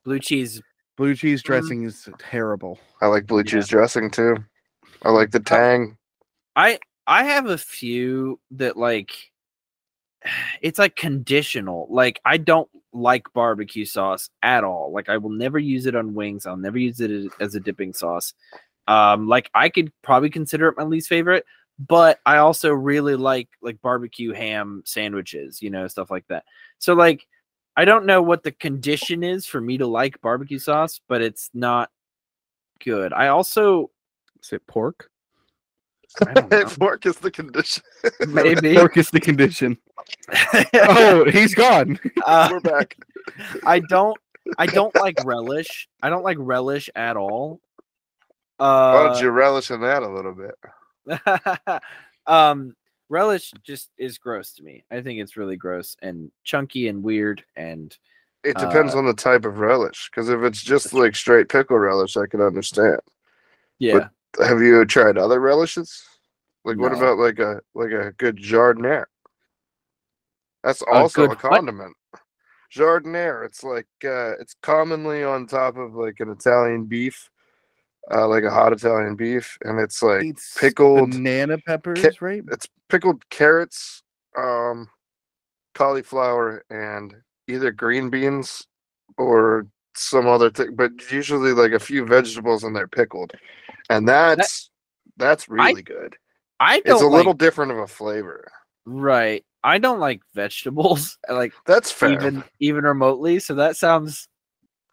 Speaker 2: Blue cheese.
Speaker 1: Blue cheese
Speaker 2: Mm.
Speaker 1: dressing is terrible.
Speaker 3: I like blue
Speaker 2: Yeah. Uh,
Speaker 3: cheese dressing too. I like the tang.
Speaker 2: I I have a few that like *sighs* it's like conditional. Like I don't like barbecue sauce at all. Like I will never use it on wings. I'll never use it as- as a dipping sauce. Um like I could probably consider it my least favorite, but I also really like like barbecue ham sandwiches, you know, stuff like that. So like I don't know what the condition is for me to like barbecue sauce, but it's not good. I also
Speaker 1: Is it pork?
Speaker 3: *laughs*
Speaker 2: I don't know.
Speaker 3: Pork is the
Speaker 2: *laughs*
Speaker 3: condition.
Speaker 1: *laughs*
Speaker 2: maybe
Speaker 1: Pork is the condition.
Speaker 2: *laughs*
Speaker 1: oh, he's gone.
Speaker 2: Uh,
Speaker 3: We're back.
Speaker 2: I don't I don't like relish. I don't like relish at all. Uh,
Speaker 3: Why don't you relish in that a little bit?
Speaker 2: Uh, *laughs* um relish just is gross to me. I think it's really gross and chunky and weird and
Speaker 3: It depends
Speaker 2: Uh,
Speaker 3: on the type of relish. Because if it's just like straight pickle relish, I can understand.
Speaker 2: yeah.
Speaker 3: have you tried other relishes? Like what
Speaker 2: No.
Speaker 3: about like a like a good jardinere? That's
Speaker 2: A
Speaker 3: also a,
Speaker 2: good what?
Speaker 3: condiment. Jardinere, it's like uh it's commonly on top of like an Italian beef, uh like a hot Italian beef, and it's like
Speaker 1: It's
Speaker 3: pickled-
Speaker 1: banana peppers, right?
Speaker 3: it's pickled carrots, um cauliflower and either green beans or some other thing, but usually like a few vegetables and they're pickled. And that's that's really good
Speaker 2: I don't
Speaker 3: it's a
Speaker 2: like,
Speaker 3: little different of a flavor.
Speaker 2: right. I don't like vegetables *laughs* like
Speaker 3: That's fair.
Speaker 2: even even remotely, so that sounds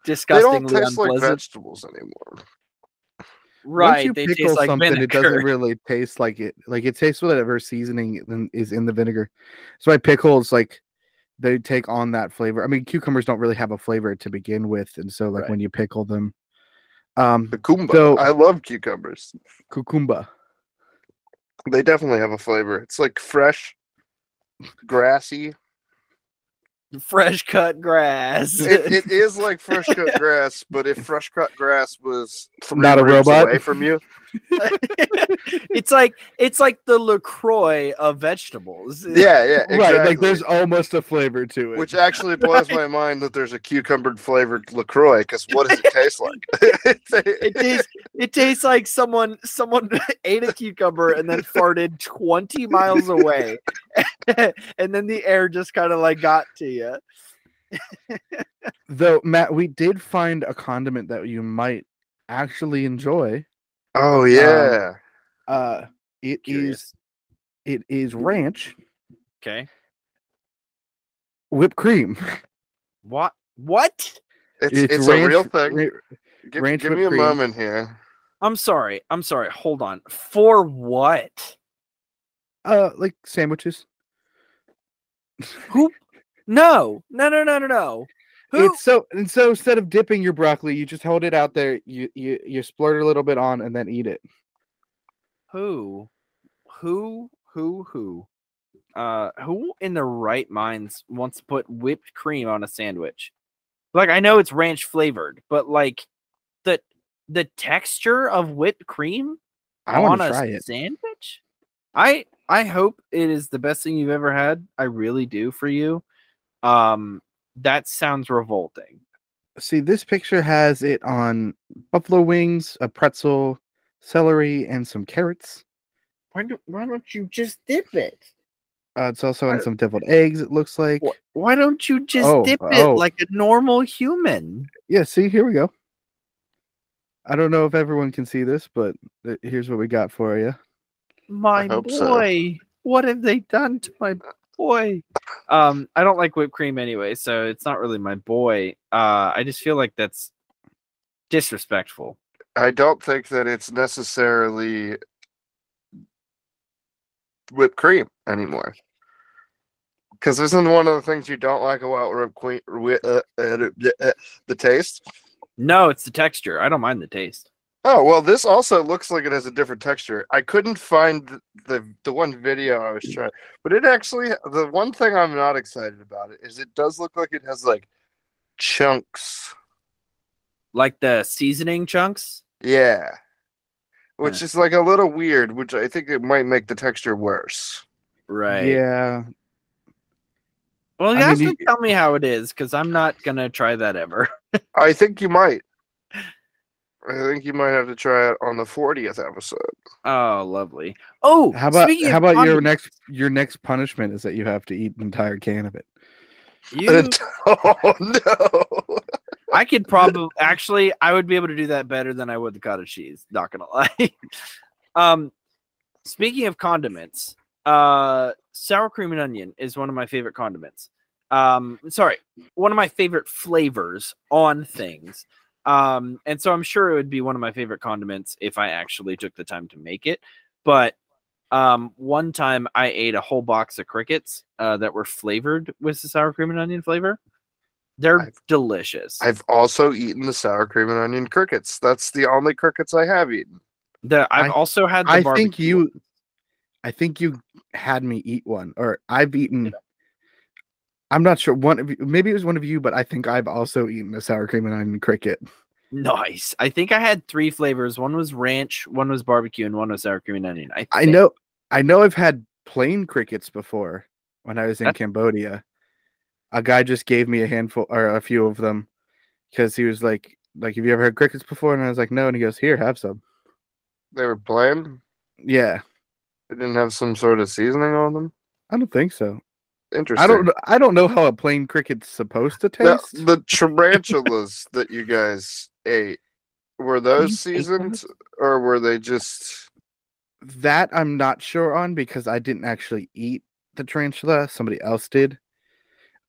Speaker 3: they don't
Speaker 2: disgustingly
Speaker 3: taste like
Speaker 2: unpleasant.
Speaker 3: vegetables anymore.
Speaker 2: right. They taste like vinegar.
Speaker 1: it doesn't really taste like it. Like it tastes whatever seasoning it then is in the vinegar. So my pickles, like they take on that flavor. I mean, cucumbers don't really have a flavor to begin with, and so like
Speaker 2: Right.
Speaker 1: when you pickle them, um,
Speaker 3: Cucumber.
Speaker 1: So-
Speaker 3: I love cucumbers.
Speaker 1: cucumba.
Speaker 3: They definitely have a flavor. It's like fresh, grassy.
Speaker 2: *laughs* Fresh cut grass.
Speaker 3: It,
Speaker 1: *laughs*
Speaker 3: it is like fresh cut grass, but if fresh cut grass was three
Speaker 1: Not a
Speaker 3: rooms
Speaker 1: robot.
Speaker 3: away from you,
Speaker 2: *laughs* it's like it's like the Lacroix of vegetables.
Speaker 3: yeah, yeah, exactly.
Speaker 1: *laughs* Right, like there's almost a flavor to it.
Speaker 3: Which actually blows my mind that there's a cucumber flavored Lacroix. Because
Speaker 1: *laughs*
Speaker 3: what does it taste like?
Speaker 2: It tastes it tastes like someone someone *laughs* ate a cucumber and then farted 20 miles away. *laughs* and then the air just kind of like got to you.
Speaker 1: Though Matt, we did find a condiment that you might actually enjoy.
Speaker 3: *laughs* Oh yeah.
Speaker 1: Uh, it is
Speaker 2: Curious.
Speaker 1: it is ranch
Speaker 2: Okay.
Speaker 1: whipped cream.
Speaker 2: What? What?
Speaker 3: it's it's, a
Speaker 1: ranch-
Speaker 3: real thing.
Speaker 1: ra-
Speaker 3: give
Speaker 1: ranch
Speaker 3: give me a
Speaker 1: whipped cream.
Speaker 3: moment here.
Speaker 2: I'm sorry. I'm sorry. Hold on. For what?
Speaker 1: uh, like sandwiches.
Speaker 2: No. No. No. No. No. No. Who?
Speaker 1: It's so and so instead of dipping your broccoli, you just hold it out there. You you you splurt a little bit on and then eat it.
Speaker 2: who? Who? Who? Who? Uh, who in their right minds wants to put whipped cream on a sandwich? Like I know it's ranch flavored, but like the the texture of whipped cream
Speaker 1: I
Speaker 2: on
Speaker 1: want
Speaker 2: a
Speaker 1: to try it.
Speaker 2: sandwich. I I hope it is the best thing you've ever had. I really do for you. Um, that sounds revolting.
Speaker 1: See, this picture has it on buffalo wings, a pretzel, celery, and some carrots.
Speaker 6: Why, do, why don't you just dip it?
Speaker 1: Uh, it's also in
Speaker 2: I-
Speaker 1: some deviled eggs. It looks like.
Speaker 2: Wh- Why don't you just
Speaker 1: Oh,
Speaker 2: dip it
Speaker 1: oh.
Speaker 2: like a normal human?
Speaker 1: Yeah. See, here we go. I don't know if everyone can see this, but uh, here's what we got for you.
Speaker 2: My
Speaker 3: hope so.
Speaker 2: boy, what have they done to my boy? Um, I don't like whipped cream anyway, so it's not really my boy. Uh, I just feel like that's disrespectful.
Speaker 3: I don't think that it's necessarily whipped cream anymore. Because isn't one of the things you don't like about whipped cream uh, uh, uh, the taste?
Speaker 2: No, it's the texture. I don't mind the taste.
Speaker 3: Oh well, this also looks like it has a different texture. I couldn't find th- the the one video I was trying, but it actually the one thing I'm not excited about it is it does look like it has like chunks.
Speaker 2: Like the seasoning chunks.
Speaker 3: Yeah, which is like a little weird. Which I think it might make the texture worse.
Speaker 2: Right.
Speaker 1: Yeah.
Speaker 2: Well,
Speaker 1: I
Speaker 2: you
Speaker 1: mean,
Speaker 2: guys
Speaker 1: you-
Speaker 2: can tell me how it is because I'm not gonna try that ever. *laughs*
Speaker 3: I think you might. I think you might have to try it on the 40th episode.
Speaker 2: Oh, lovely. Oh,
Speaker 1: How about
Speaker 2: speaking of
Speaker 1: how about your
Speaker 2: condiments,
Speaker 1: next your next punishment is that you have to eat an entire can of it.
Speaker 2: You,
Speaker 3: *laughs* oh no!
Speaker 2: I could probably actually I would be able to do that better than I would the cottage cheese. Not gonna lie. *laughs* um, speaking of condiments, uh, sour cream and onion is one of my favorite condiments. Um, sorry, one of my favorite flavors on things. Um, and so I'm sure it would be one of my favorite condiments if I actually took the time to make it. But um, one time I ate a whole box of crickets uh, that were flavored with the sour cream and onion flavor. They're
Speaker 3: I've-
Speaker 2: delicious.
Speaker 3: I've also eaten the sour cream and onion crickets. That's the only crickets I have eaten.
Speaker 2: The I've
Speaker 1: I-
Speaker 2: also had. The
Speaker 1: I think
Speaker 2: barbecue
Speaker 1: you, I think you had me eat one, or I've eaten. I'm not sure one of you, maybe it was one of you, but I think I've also eaten a sour cream and onion cricket.
Speaker 2: one. nice. I think I had three flavors. One was ranch, one was barbecue, and one was sour cream and onion. I,
Speaker 1: I
Speaker 2: think.
Speaker 1: know, I know, I've had plain crickets before when I was in
Speaker 2: That-
Speaker 1: Cambodia. A guy just gave me a handful or a few of them because he was like, "Like, have you ever had crickets before?" And I was like, "No," and he goes, "Here, have some."
Speaker 3: They were plain.
Speaker 1: Yeah,
Speaker 3: They didn't have some sort of seasoning on them.
Speaker 1: I don't think so.
Speaker 3: Interesting.
Speaker 1: I don't. kn- I don't know how a plain cricket's supposed to
Speaker 3: Now,
Speaker 1: taste.
Speaker 3: the
Speaker 1: *laughs*
Speaker 3: tarantulas that you guys ate were those seasoned or were they just?
Speaker 1: That I'm not sure on because I didn't actually eat the tarantula. Somebody else did.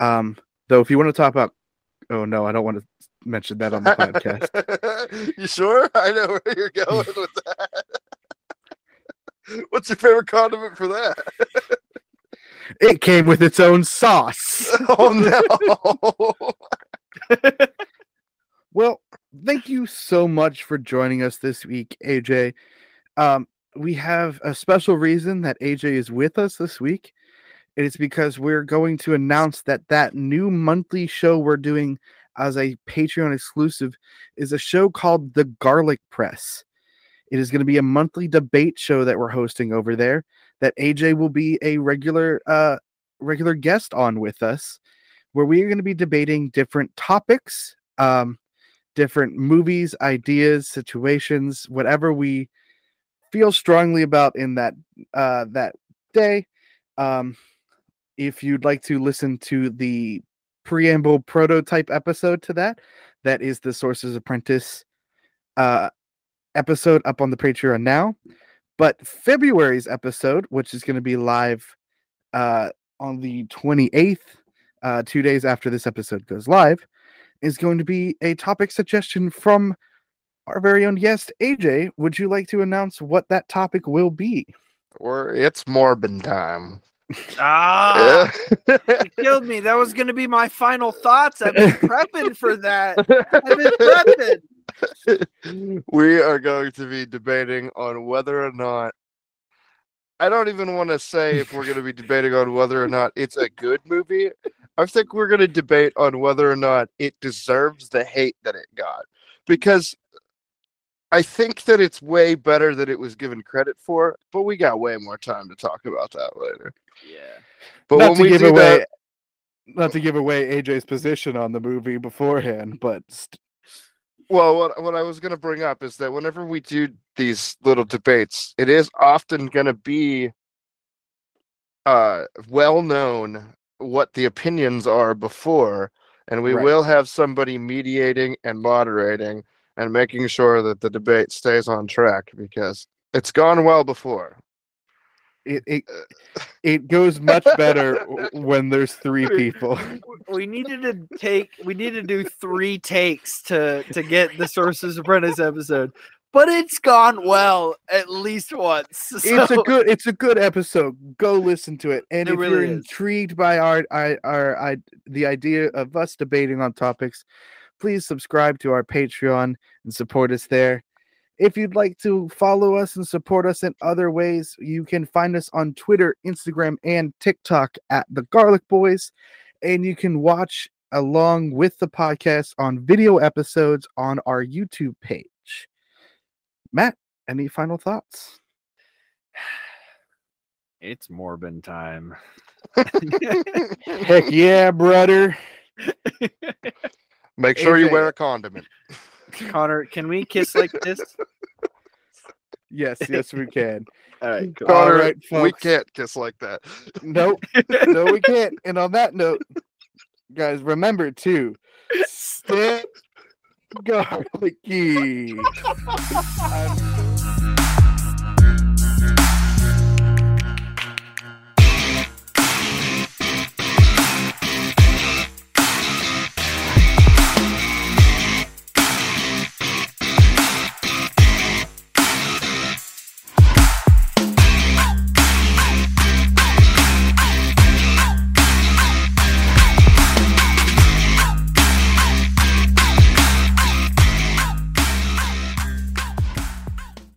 Speaker 1: Um, though, if you want to talk about, oh no, I don't want to mention that on
Speaker 3: *laughs*
Speaker 1: the podcast.
Speaker 3: you sure? I know where you're going with that. *laughs* What's your favorite condiment
Speaker 1: *laughs*
Speaker 3: for that?
Speaker 1: It came with its own sauce.
Speaker 3: *laughs* Oh no!
Speaker 1: Well, thank you so much for joining us this week, AJ. Um, we have a special reason that AJ is with us this week. It is because we're going to announce that that new monthly show we're doing as a Patreon exclusive is a show called The Garlic Press. It is going to be a monthly debate show that we're hosting over there that AJ will be a regular uh regular guest on with us where we are going to be debating different topics um different movies, ideas, situations, whatever we feel strongly about in that uh, that day. Um, if you'd like to listen to the preamble prototype episode to that, that is the Sources Apprentice uh, episode up on the Patreon now. But February's episode, which is going to be live uh, on the 28th, uh, two days after this episode goes live, is going to be a topic suggestion from our very own guest, AJ. Would you like to announce what that topic will be?
Speaker 3: Or it's Morbin time.
Speaker 4: Ah, you
Speaker 1: *laughs*
Speaker 4: killed me. That was going to be my final thoughts. I've been prepping for that.
Speaker 3: *laughs*
Speaker 4: I've been prepping.
Speaker 3: we are going to be debating on whether or not I don't even want to say if we're going
Speaker 1: *laughs*
Speaker 3: to be debating on whether or not it's a good movie. I think we're going to debate on whether or not it deserves the hate that it got because I think that it's way better than it was given credit for, but we got way more time to talk about that later.
Speaker 4: Yeah.
Speaker 3: But
Speaker 1: not
Speaker 3: when
Speaker 1: to
Speaker 3: we
Speaker 1: give
Speaker 3: do
Speaker 1: away,
Speaker 3: that,
Speaker 1: not to give away AJ's position on the movie beforehand, but st-
Speaker 3: well, what, what I was going to bring up is that whenever we do these little debates, it is often going to be uh, well known what the opinions are before, and we
Speaker 1: Right.
Speaker 3: will have somebody mediating and moderating and making sure that the debate stays on track because it's gone well before.
Speaker 1: it it,
Speaker 3: Uh.
Speaker 1: it goes much better
Speaker 3: *laughs*
Speaker 1: w- when there's three people.
Speaker 4: We needed to take. We need to do three takes to to get the sources apprentice episode, but it's gone well at least once.
Speaker 1: it's a
Speaker 4: *laughs* so-
Speaker 1: good it's a good episode go listen to it and
Speaker 4: It
Speaker 1: if
Speaker 4: really
Speaker 1: you're
Speaker 4: is.
Speaker 1: intrigued by our, our our i the idea of us debating on topics please subscribe to our patreon and support us there if you'd like to follow us and support us in other ways you can find us on twitter instagram and tiktok at the garlic boys and you can watch along with the podcast on video episodes on our youtube page matt any final thoughts
Speaker 4: It's Morbin time.
Speaker 1: Heck yeah, brother.
Speaker 3: Make sure you
Speaker 1: AJ.
Speaker 3: wear a condom.
Speaker 4: Connor, can we kiss like this?
Speaker 1: Yes, yes, we can.
Speaker 4: All right, cool.
Speaker 1: All
Speaker 3: Connor,
Speaker 1: right,
Speaker 3: we
Speaker 1: folks.
Speaker 3: can't kiss like that.
Speaker 1: *laughs*
Speaker 3: *laughs*
Speaker 1: Nope. No, we can't. And on that note, guys, remember *laughs* to stay garlicky. I'm-